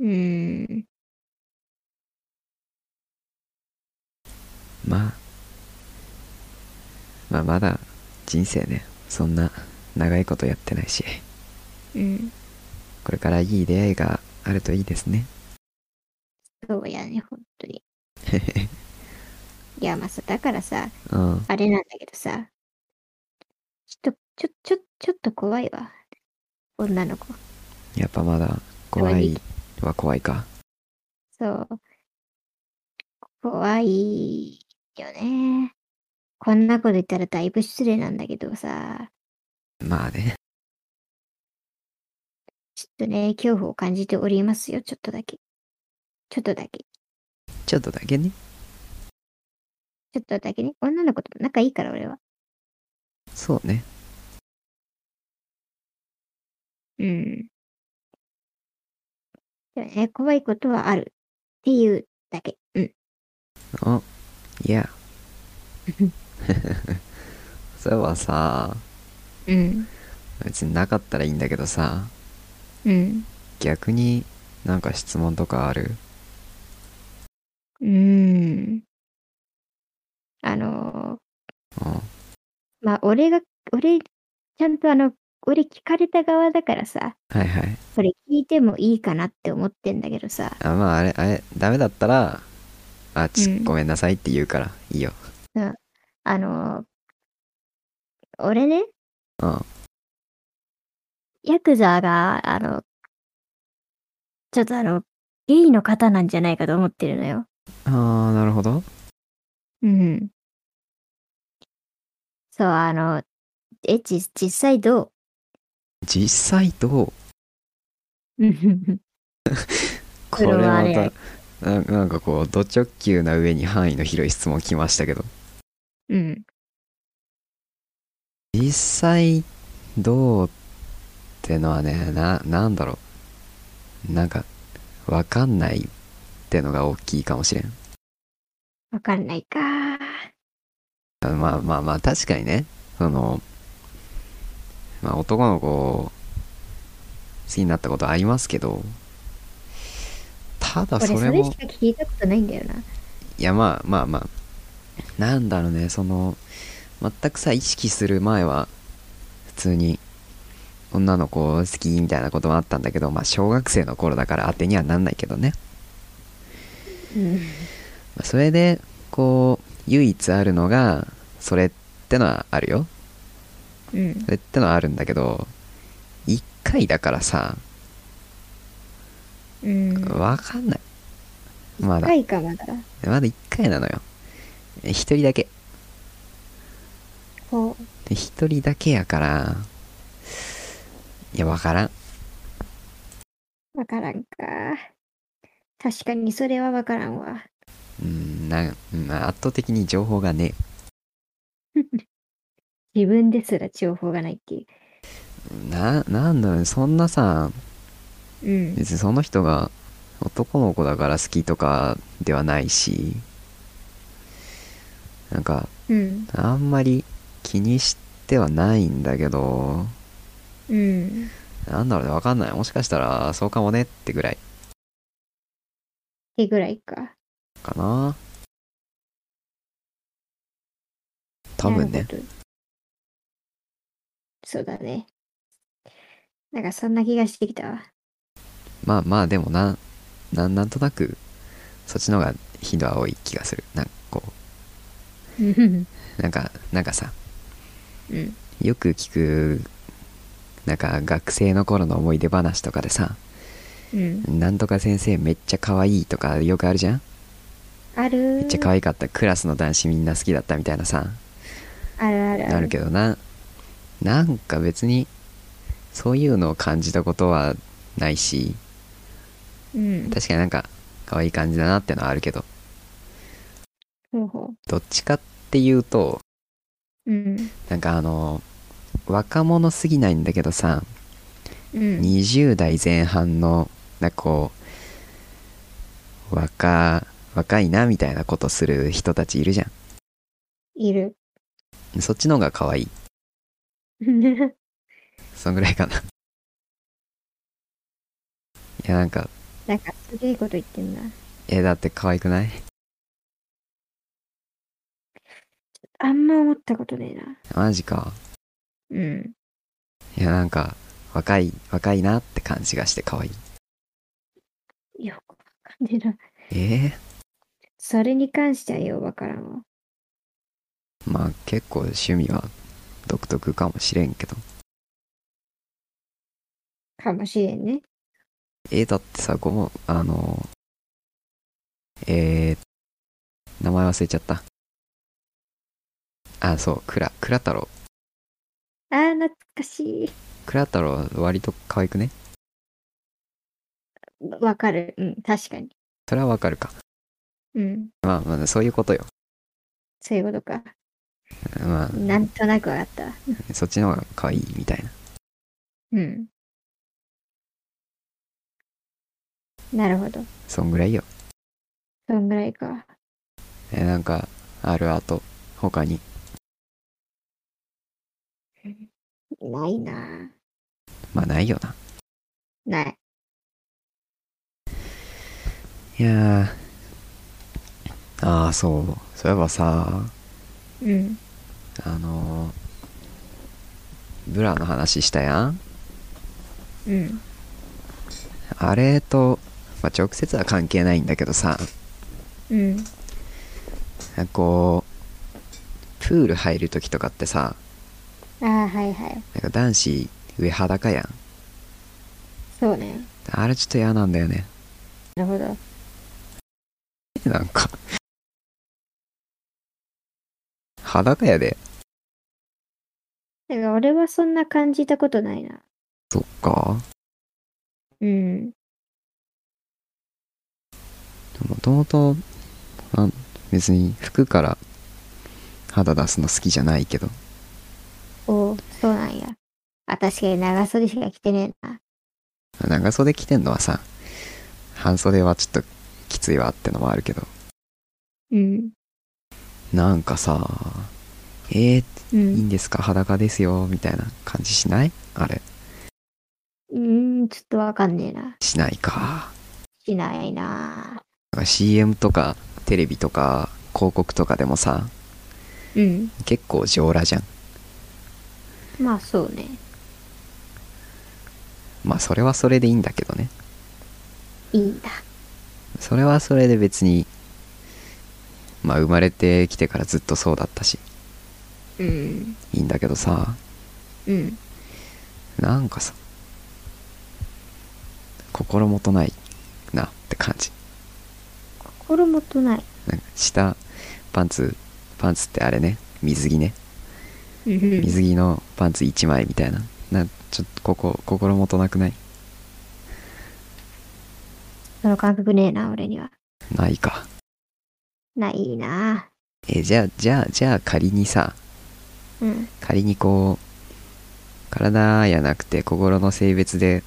うん、まあまあまだ人生ねそんな長いことやってないしうん。これからいい出会いがあるといいですねそうやね、本当に。いや、まあさ、だからさ、うんあれなんだけどさ、ちょっと、ちょ、ちょ、ちょっと怖いわ。女の子。やっぱまだ怖いは怖いかそう。怖いよね。こんなこと言ったらだいぶ失礼なんだけどさ、まあねちょっとね、恐怖を感じておりますよ、ちょっとだけ。ちょっとだけ。ちょっとだけねちょっとだけね。女の子とも仲いいから、俺は。そうねうん。でもね、怖いことはある。っていうだけ。うん。おい やそういえばさうん。別になかったらいいんだけどさうん。逆になんか質問とかあるうーん。あのうんー、まあ、俺が、俺、ちゃんとあの、俺聞かれた側だからさ、はいはいこれ聞いてもいいかなって思ってんだけどさ、あまああれあれダメだったらあち、うんごめんなさいって言うからいいよあのー、俺ね、うんヤクザが、あの、ちょっとあの、ゲイの方なんじゃないかと思ってるのよ。ああなるほどうん。そう、あの、え、じ、実際ど実際どううこれそれはまあれたななんかこうド直球な上に範囲の広い質問来ましたけどうん。実際どうってのはねななんだろうなんかわかんないってのが大きいかもしれんわかんないか。あまあまあまあ確かにねその、まあ、男の子を好きになったことありますけどただ俺、そそれれもしか聞いたことないんだよな。いやまあまあまあなんだろうねその全くさ意識する前は普通に女の子好きみたいなこともあったんだけどまあ小学生の頃だから当てにはなんないけどねうん。まあそれでこう唯一あるのがそれってのはあるようんそ。れってのはあるんだけど1回だからさうん。わかんないまだ深いか、まだ。まだ1回なのよえ一人だけほで一人だけやからいやわからんう、わからんか。確かにそれはわからんわ。 うんなんうんまあ圧倒的に情報がね自分ですら情報がないっていななんだろうねそんなさう。うん。別にその人が男の子だから好きとかではないしなんかうん。あんまり気にしてはないんだけどうん。なんだろうねわかんないもしかしたらそうかもねってぐらいってぐらいか。かな多分ねなるほど。そうだね。なんかそんな気がしてきたわ。まあまあでもななんなんとなくそっちの方が頻度は多い気がするなんかこうん。うなんかなんかさうん。よく聞くなんか学生の頃の思い出話とかでさうん「なんとか先生めっちゃ可愛いとかよくあるじゃんあるーめっちゃ可愛かったクラスの男子みんな好きだったみたいなさあるあるなるけどななんか別にそういうのを感じたことはないしうん。確かになんか可愛い感じだなってのはあるけどほうほどっちかっていうとう。うん。なんかあの若者すぎないんだけどさうん。 20代前半のなんかこう若若いなみたいなことする人たちいるじゃいる。 んそっちの方が可愛いそんぐらいかな いやなんかなんかすげえこと言ってんな。えだって可愛くないあんま思ったことねマジかえな。うん。いやなんか若い若いなって感じがして可愛いよくわかんねえな。えそれに関してはようわからんわ。ー、まあ結構趣味は独特かもしれんけどかもしれんね。えー、だってさ、ごも、あの、えー、名前忘れちゃった。あ、そう、クラ、クラ太郎。あー、懐かしい。クラ太郎、割と可愛くねわかる。うん、確かに。それはわかるか。うん。まあまあ、そういうことよ。そういうことか。まなんとなくわかったわ。あ、そっちの方が可愛いみたいな。うん。なるほど。そんぐらいよ。そんぐらいか。えーなんか、あるあと、他に。ないな。まあ、ないよな。ない。いやー。ああ、そう。そういえばさ、うん。あのーブラの話したやんうん。あれと、まあ、直接は関係ないんだけどさうん。こうプール入る時とかってさああ、はいはい。なんか男子上裸やんそうね。あれちょっと嫌なんだよねなるほど。なんか裸やで。だから俺はそんな感じたことないな。そっか。うん。もともと、あ別に服から肌出すの好きじゃないけど。おそうなんや。あ、確かに長袖しか着てねえな。長袖着てんのはさ、半袖はちょっときついわってのもあるけど。うん。なんかさ、えー、ういいん。んですか裸ですよ、みたいな感じしないあれ。うん、ちょっとわかんねえな。しないか。しないな。なんか CM とか、テレビとか、広告とかでもさ、うん。結構上裸じゃん。まあそうね。まあそれはそれでいいんだけどね。いいんだ。それはそれで別に、まあ生まれてきてからずっとそうだったし、うん。いいんだけどさ、うん。なんかさ、心もとないなって感じ。心もとない。なんか下、パンツ、パンツってあれね、水着ね。うん。水着のパンツ1枚みたいななちょっとここ心もとなくないその感覚ねえな、俺には。ないかないな。えじゃあじゃあじゃあ仮にさうん。仮にこう体やなくて心の性別で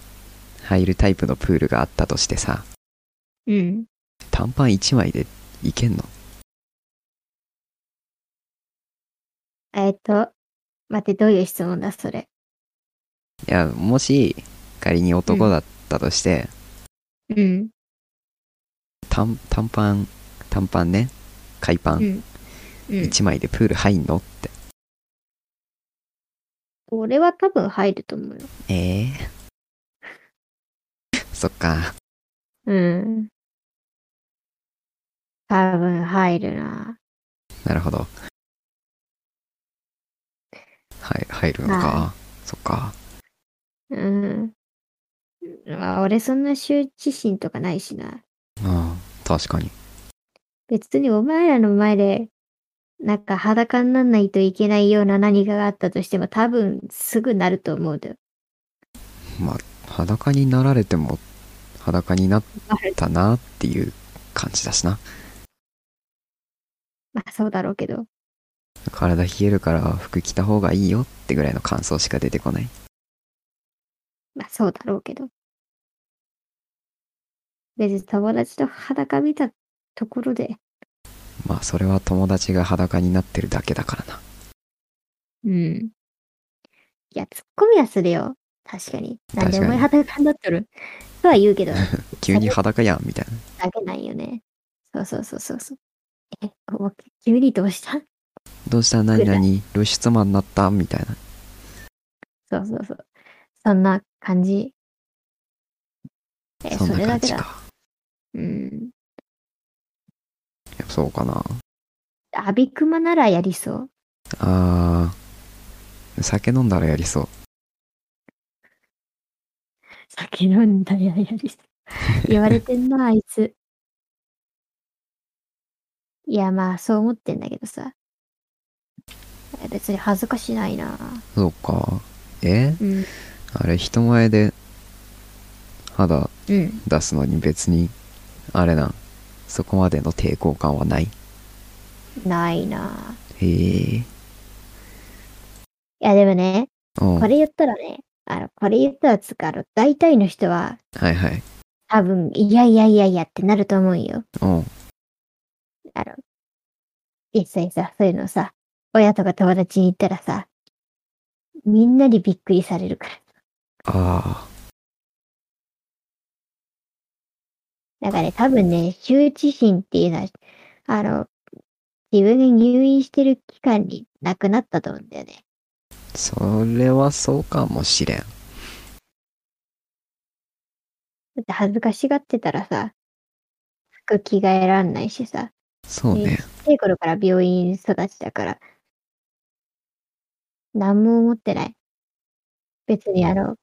入るタイプのプールがあったとしてさうん。短パン1枚でいけんのえっと、待って、どういう質問だ、それ。いやもし仮に男だったとして、うん。短短パン短パンね海パうンん。うん。 1枚でプール入んのって俺は多分入ると思うよ。ええそっかうん。多分入るな。なるほど。はい、入るのはか。そっか。うん。あ俺そんな羞恥心とかないしな。うん、確かに。別にお前らの前で、なんか裸になんないといけないような何かがあったとしても多分すぐなると思うんだよ。まあ、裸になられても、裸になったなっていう感じだしな。まあそうだろうけど。体冷えるから服着た方がいいよってぐらいの感想しか出てこない。まあそうだろうけど。別に友達と裸見たところで、まあ、それは友達が裸になってるだけだからな。うん。いや、ツッコミはするよ。確かに。なんでお前確裸になっとるとは言うけど、だ急に裸やんみたいな。けないよね。そうそうそうそうそう。え、お急にどうしたどうした何々露出マンになったみたいな。そうそうそう。そんな感じ。え、そそんなれだ感けじだ。か。うん。やっぱそうかな。アビクマならやりそう。あー、酒飲んだらやりそう。酒飲んだらやり そう。言われてんな、あいつ。いや、まあ、そう思ってんだけどさ。え別に恥ずかしないな。そうか。えうん。あれ人前で肌うん。出すのに別にあれなんそこまでの抵抗感はないないな。へえいや、でもね、うんこはいれ言ったらね、あの、これ言ったらつうか、あの、大体の人は、はい多分、いやいやいやいやってなると思うよ。うんあの、実際さ、そういうのさ、親とか友達に言ったらさ、みんなにびっくりされるから。あだからね、多分ね、羞恥心っていうのは、あの、自分が入院してる期間になくなったと思うんだよね。あそれはそうかもしれんだって恥ずかしがってたらさ、服着替えらんないしさ、そうね小さい頃から病院育ちだから、何も思ってない。別にあの、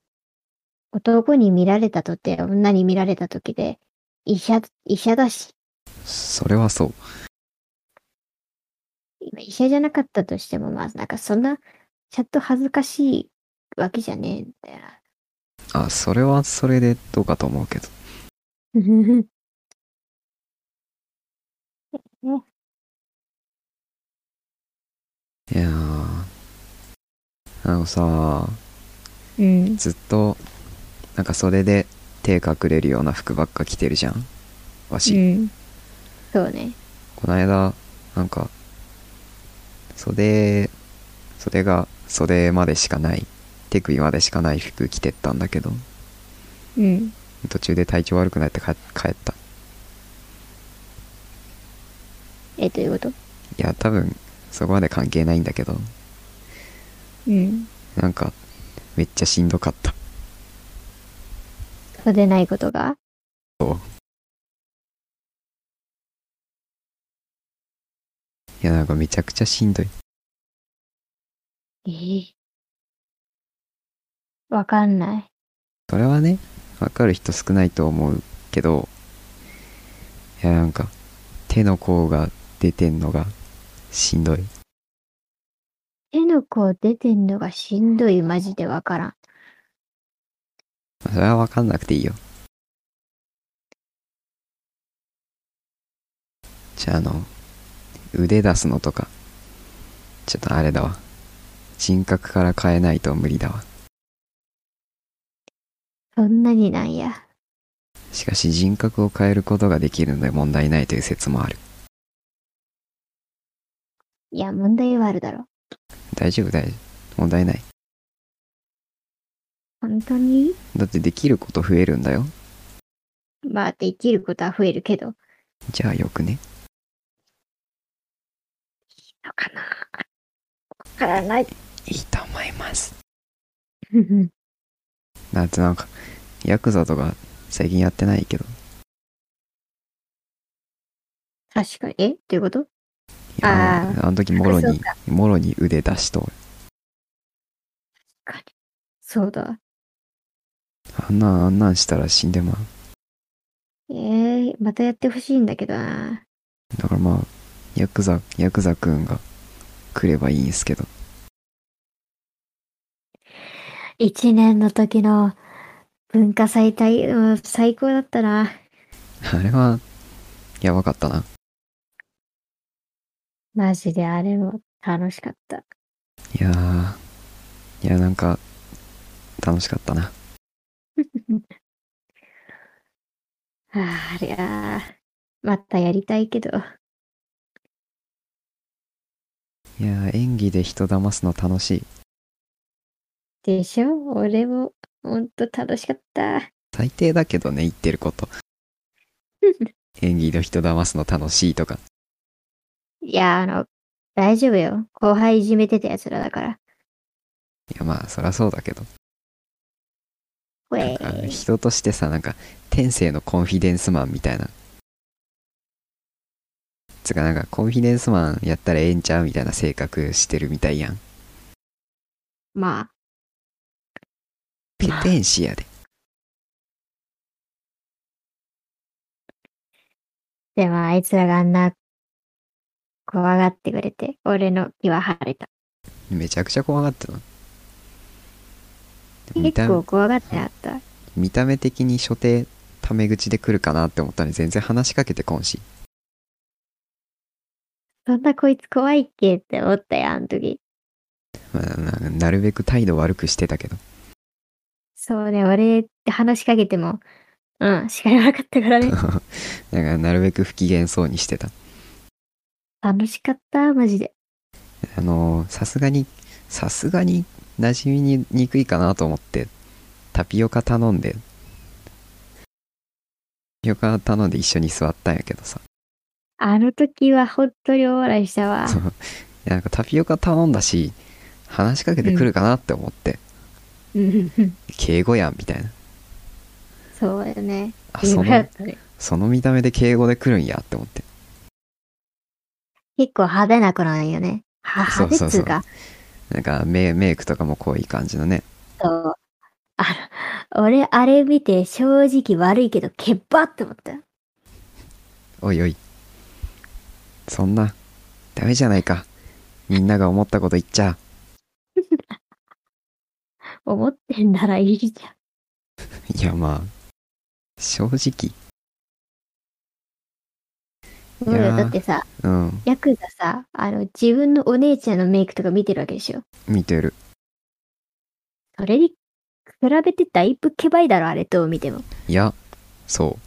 男に見られたとて、女に見られたときで、医者、医者だし、それはそう今医者じゃなかったとしても、まあ、なんかそんな、ちゃんと恥ずかしいわけじゃねえんだよな。あそれはそれでどうかと思うけど ねいやーあのさうん。ずっとなんか袖で手隠れるような服ばっか着てるじゃんわし、うん。そうね。この間なんか袖袖が袖までしかない手首までしかない服着てったんだけどうん。途中で体調悪くなって帰帰ったえ、どういうこといや多分そこまで関係ないんだけどうん。なんかめっちゃしんどかったそうでないことがいやなんかめちゃくちゃしんどいええわかんない。それはねわかる人少ないと思うけどいやなんか手の甲が出てんのがしんどい手の甲出てんのがしんどい、マジでわからん。それはわかんなくていいよじゃああの腕出すのとかちょっとあれだわ人格から変えないと無理だわそんなになんや。しかし人格を変えることができるので問題ないという説もあるいや、問題はあるだろ。大丈夫大丈夫問題ない本当にだってできること増えるんだよまあ、できることは増えるけど。じゃあよくねのかなわからない。いいと思いますうんだってなんかヤクザとか最近やってないけど確かに。えどういうこといやあの時もろあそうにもろに腕出しとそうだ。あんなんあんなんしたら死んでまうえー、またやってほしいんだけどな。だからまあヤクザヤクザくんが来ればいいんすけど 一年の時の文化祭大、うん最高だったな。あれはやばかったなマジであれも楽しかった。いやーいやなんか楽しかったなあーありゃー、またやりたいけど。いやー演技で人騙すの楽しいでしょ俺も、ほんと楽しかった。 最低だけどね言ってること演技の人騙すの楽しいとかいや、あの、大丈夫よ。後輩いじめてた奴らだから。いやまあそりゃそうだけどほなんえか人としてさなんか天性のコンフィデンスマンみたいなつうかなんかコンフィデンスマンやったらええんちゃうみたいな性格してるみたいやんまあ、ペテンシやででもあいつらがあんな怖がってくれて、俺の気は晴れた。めちゃくちゃ怖がってたの見結た構怖がってなかった。見た目的に所定タメ口で来るかなって思ったのに全然話しかけてこんしそんなこいつ怖いっけって思ったよ、あの時。まあななるべく態度悪くしてたけど。そうね、俺って話しかけても、うん、叱らなかったから ねだからなるべく不機嫌そうにしてた楽しかった、マジで。あのーさすがにさすがに馴染みににくいかなと思ってタピオカ頼んでタピオカ頼んで一緒に座ったんやけどさあの時は本当に大笑いしたわ。そういやなんかタピオカ頼んだし話しかけてくるかなって思って、うんうん敬語やんみたいな そうよね。あいいそ子だっのたねその見た目で敬語で来るんやって思って結構派手な子なんよね。は そう派手そうっそつううか。なんかメメイクとかもこういい感じのねそう。あの、俺、あれ見て正直悪いけど、けっばって思ったよ。おいおいそんなダメじゃないかみんなが思ったこと言っちゃ思ってんならいいじゃん。 いやまあ正直そうだよいやーだってさ、うんヤクザさ、あの、自分のお姉ちゃんのメイクとか見てるわけでしょ。見てるそれに比べてだいぶケバいだろ、あれ、どう見ても。 いやそ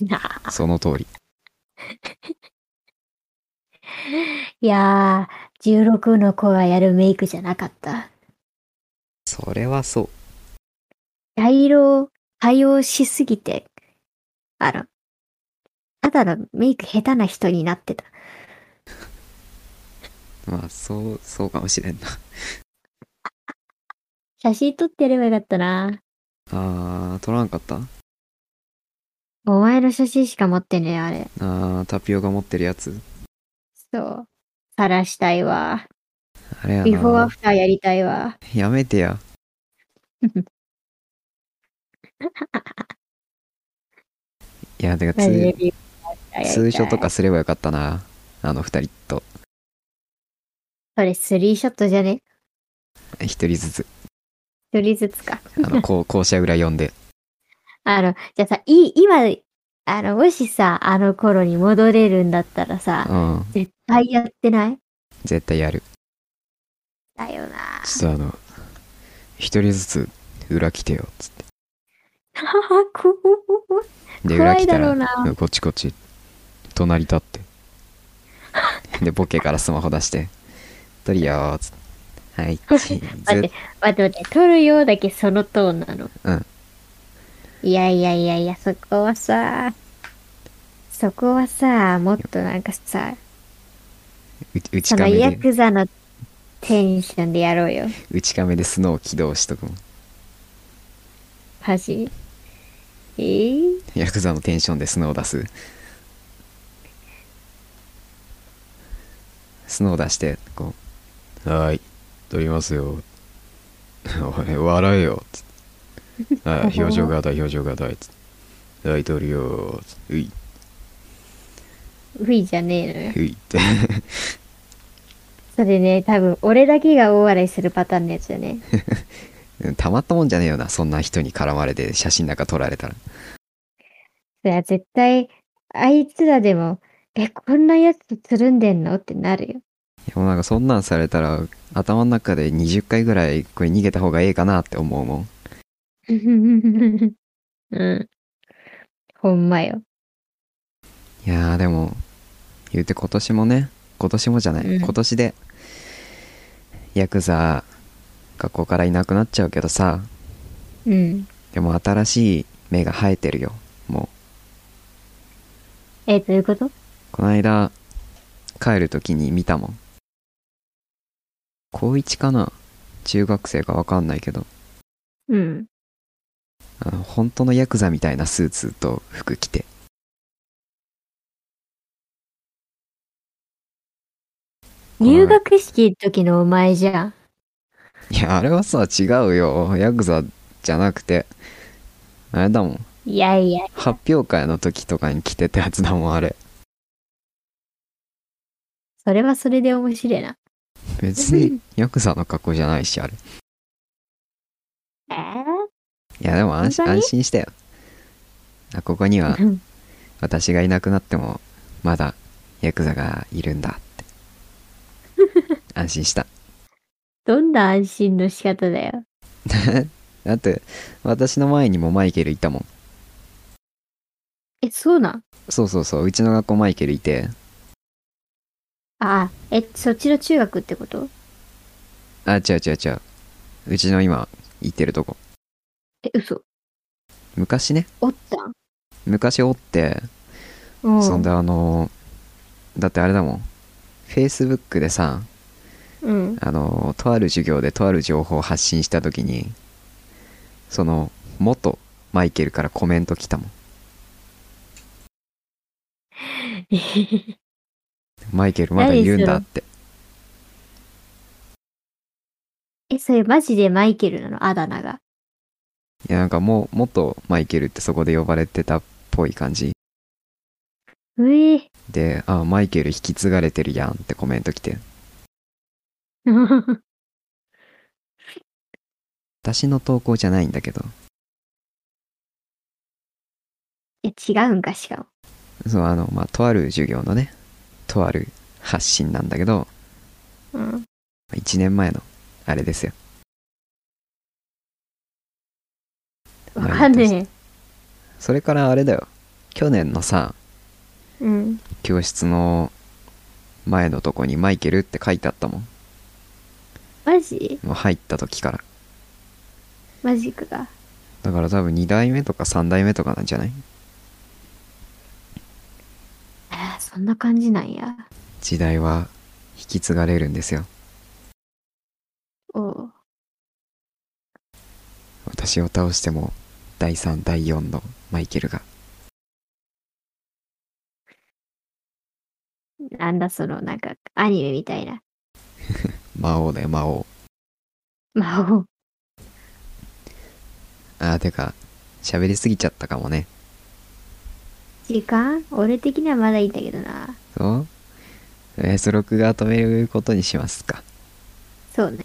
なあうその通りいやー、16の子がやるメイクじゃなかった。それはそう茶色を多用しすぎて、あの、ただのメイク下手な人になってた。まあそうそうかもしれんな 写真撮ってやればよかったな。あー取らんかったあお前の写真しか持ってねえ、あれ。ータピオが持ってるやつそう。晒したいわ。あれやビフォーアなフターやりたいわ。やめて やいやてかマジでツビフォーアフターやりたいーショとか。すればよかったなあの二人とそれスリーショットじゃね一人ずつ一人ずつか。あの こう校舎裏呼んであの、じゃあさ、い、今、あの、もしさ、あの頃に戻れるんだったらさ、うん絶対やってない絶対やるだよな。ちょっとあの一人ずつ裏来てよつって 怖いで怖裏来いだたろうらな。うんこっちこっち隣立って でボケからスマホ出して「撮るよ」っつってはいチ待ーってズ、待って、待って、撮るようだけそのトーンなの。うん。いやいやいやいや、そこはさ、そこはさ、もっとなんかさ、う内そのカヤメでクザのテンションでやろうよ。内カメでスノー起動しとくもんマジ。えー、ヤクザのテンションでスノー出すスノー出してこう「はーい撮りますよ」おい笑えよ」つって あー表情が硬い表情が硬い」つって「はい撮るよ」つって「ういういじゃねえのよ。うい」ってそれね、多分俺だけが大笑いするパターンのやつだね。 たまったもんじゃねえよなそんな人に絡まれて写真なんか撮られたらいや、絶対、あいつらでも、え、こんなやつとつるんでんのってなるよ。 でもなんかそんなんされたら頭の中で20回ぐらいこれ逃げた方がええかなって思うもんうん。ほんまよ。いやーでも言うて今年もね今年もじゃない、うん今年でヤクザ学校からいなくなっちゃうけどさうん。でも新しい芽が生えてるよもえ、どういうことうこないだ帰る時に見たもん高1かな中学生かわかんないけどうん。あの本当のヤクザみたいなスーツと服着て入学式の時のお前じゃん。いやあれはさ違うよヤクザじゃなくてあれだもんいやいや、発表会の時とかに着てたやつだもんあれそれはそれで面白いな。別 にヤクザの格好じゃないしあれいえやでも安心本当に安心したよあここにはーうん私がいなくなってもまだヤクザがいるんだ って安心した どんな安心の仕方だよ。だって私の前にもマイケルいたもんえ、そうなんそうそうそううちの学校マイケルいてあ、え、そっちの中学ってことあ違う違う違ううちの今行ってるとこえ、嘘。昔ねおったん昔おってうん。そんであのだってあれだもんフェイスブックでさうん。あのとある授業でとある情報を発信した時にその元マイケルからコメント来たも んマイケルまだいるんだってえ、それマジでマイケルなのあだ名が。いやなんかもう元マイケルってそこで呼ばれてたっぽい感じうえであマイケル引き継がれてるやんってコメント来て 私の投稿じゃないんだけどえ違うんかしかも。そうあのまあとある授業のねとある発信なんだけどうん。 1年前のあれですよわかんねそれからあれだよ去年のさえ。うん。教室の前のとこにマイケルって書いてあったもんマジもう入った時からマジックが。だから多分2代目とか3代目とかなんじゃないえーそんな感じなんや。時代は引き継がれるんですよおう。私を倒しても第3第4のマイケルがなんだその、なんか、アニメみたいな。魔王だよ魔王魔法。あーてか喋りすぎちゃったかもね時間俺的にはまだいいんだけどな。そうえー、そ録画止めることにしますかそうね。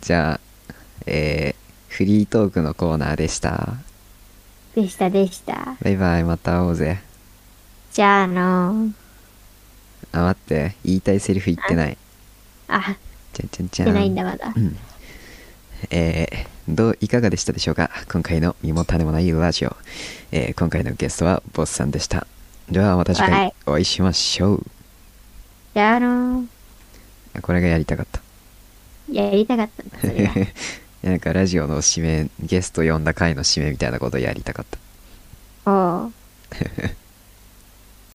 じゃあえー、フリートークのコーナーでしたでしたでした。バイバイまた会おうぜじゃあのー、あ待って言いたいセリフ言ってないあ、じゃんじゃんじゃ出てないんんだまだ。えー、どういかがでしたでしょうか今回の身も種もないラジオ、えー、今回のゲストはボスさんでしたではまた次は回いお会いしましょう、じゃあのー、これがやりたかったやりたかったんだ、それが。 なんかラジオの締めゲスト呼んだ回の締めみたいなことやりたかったおう。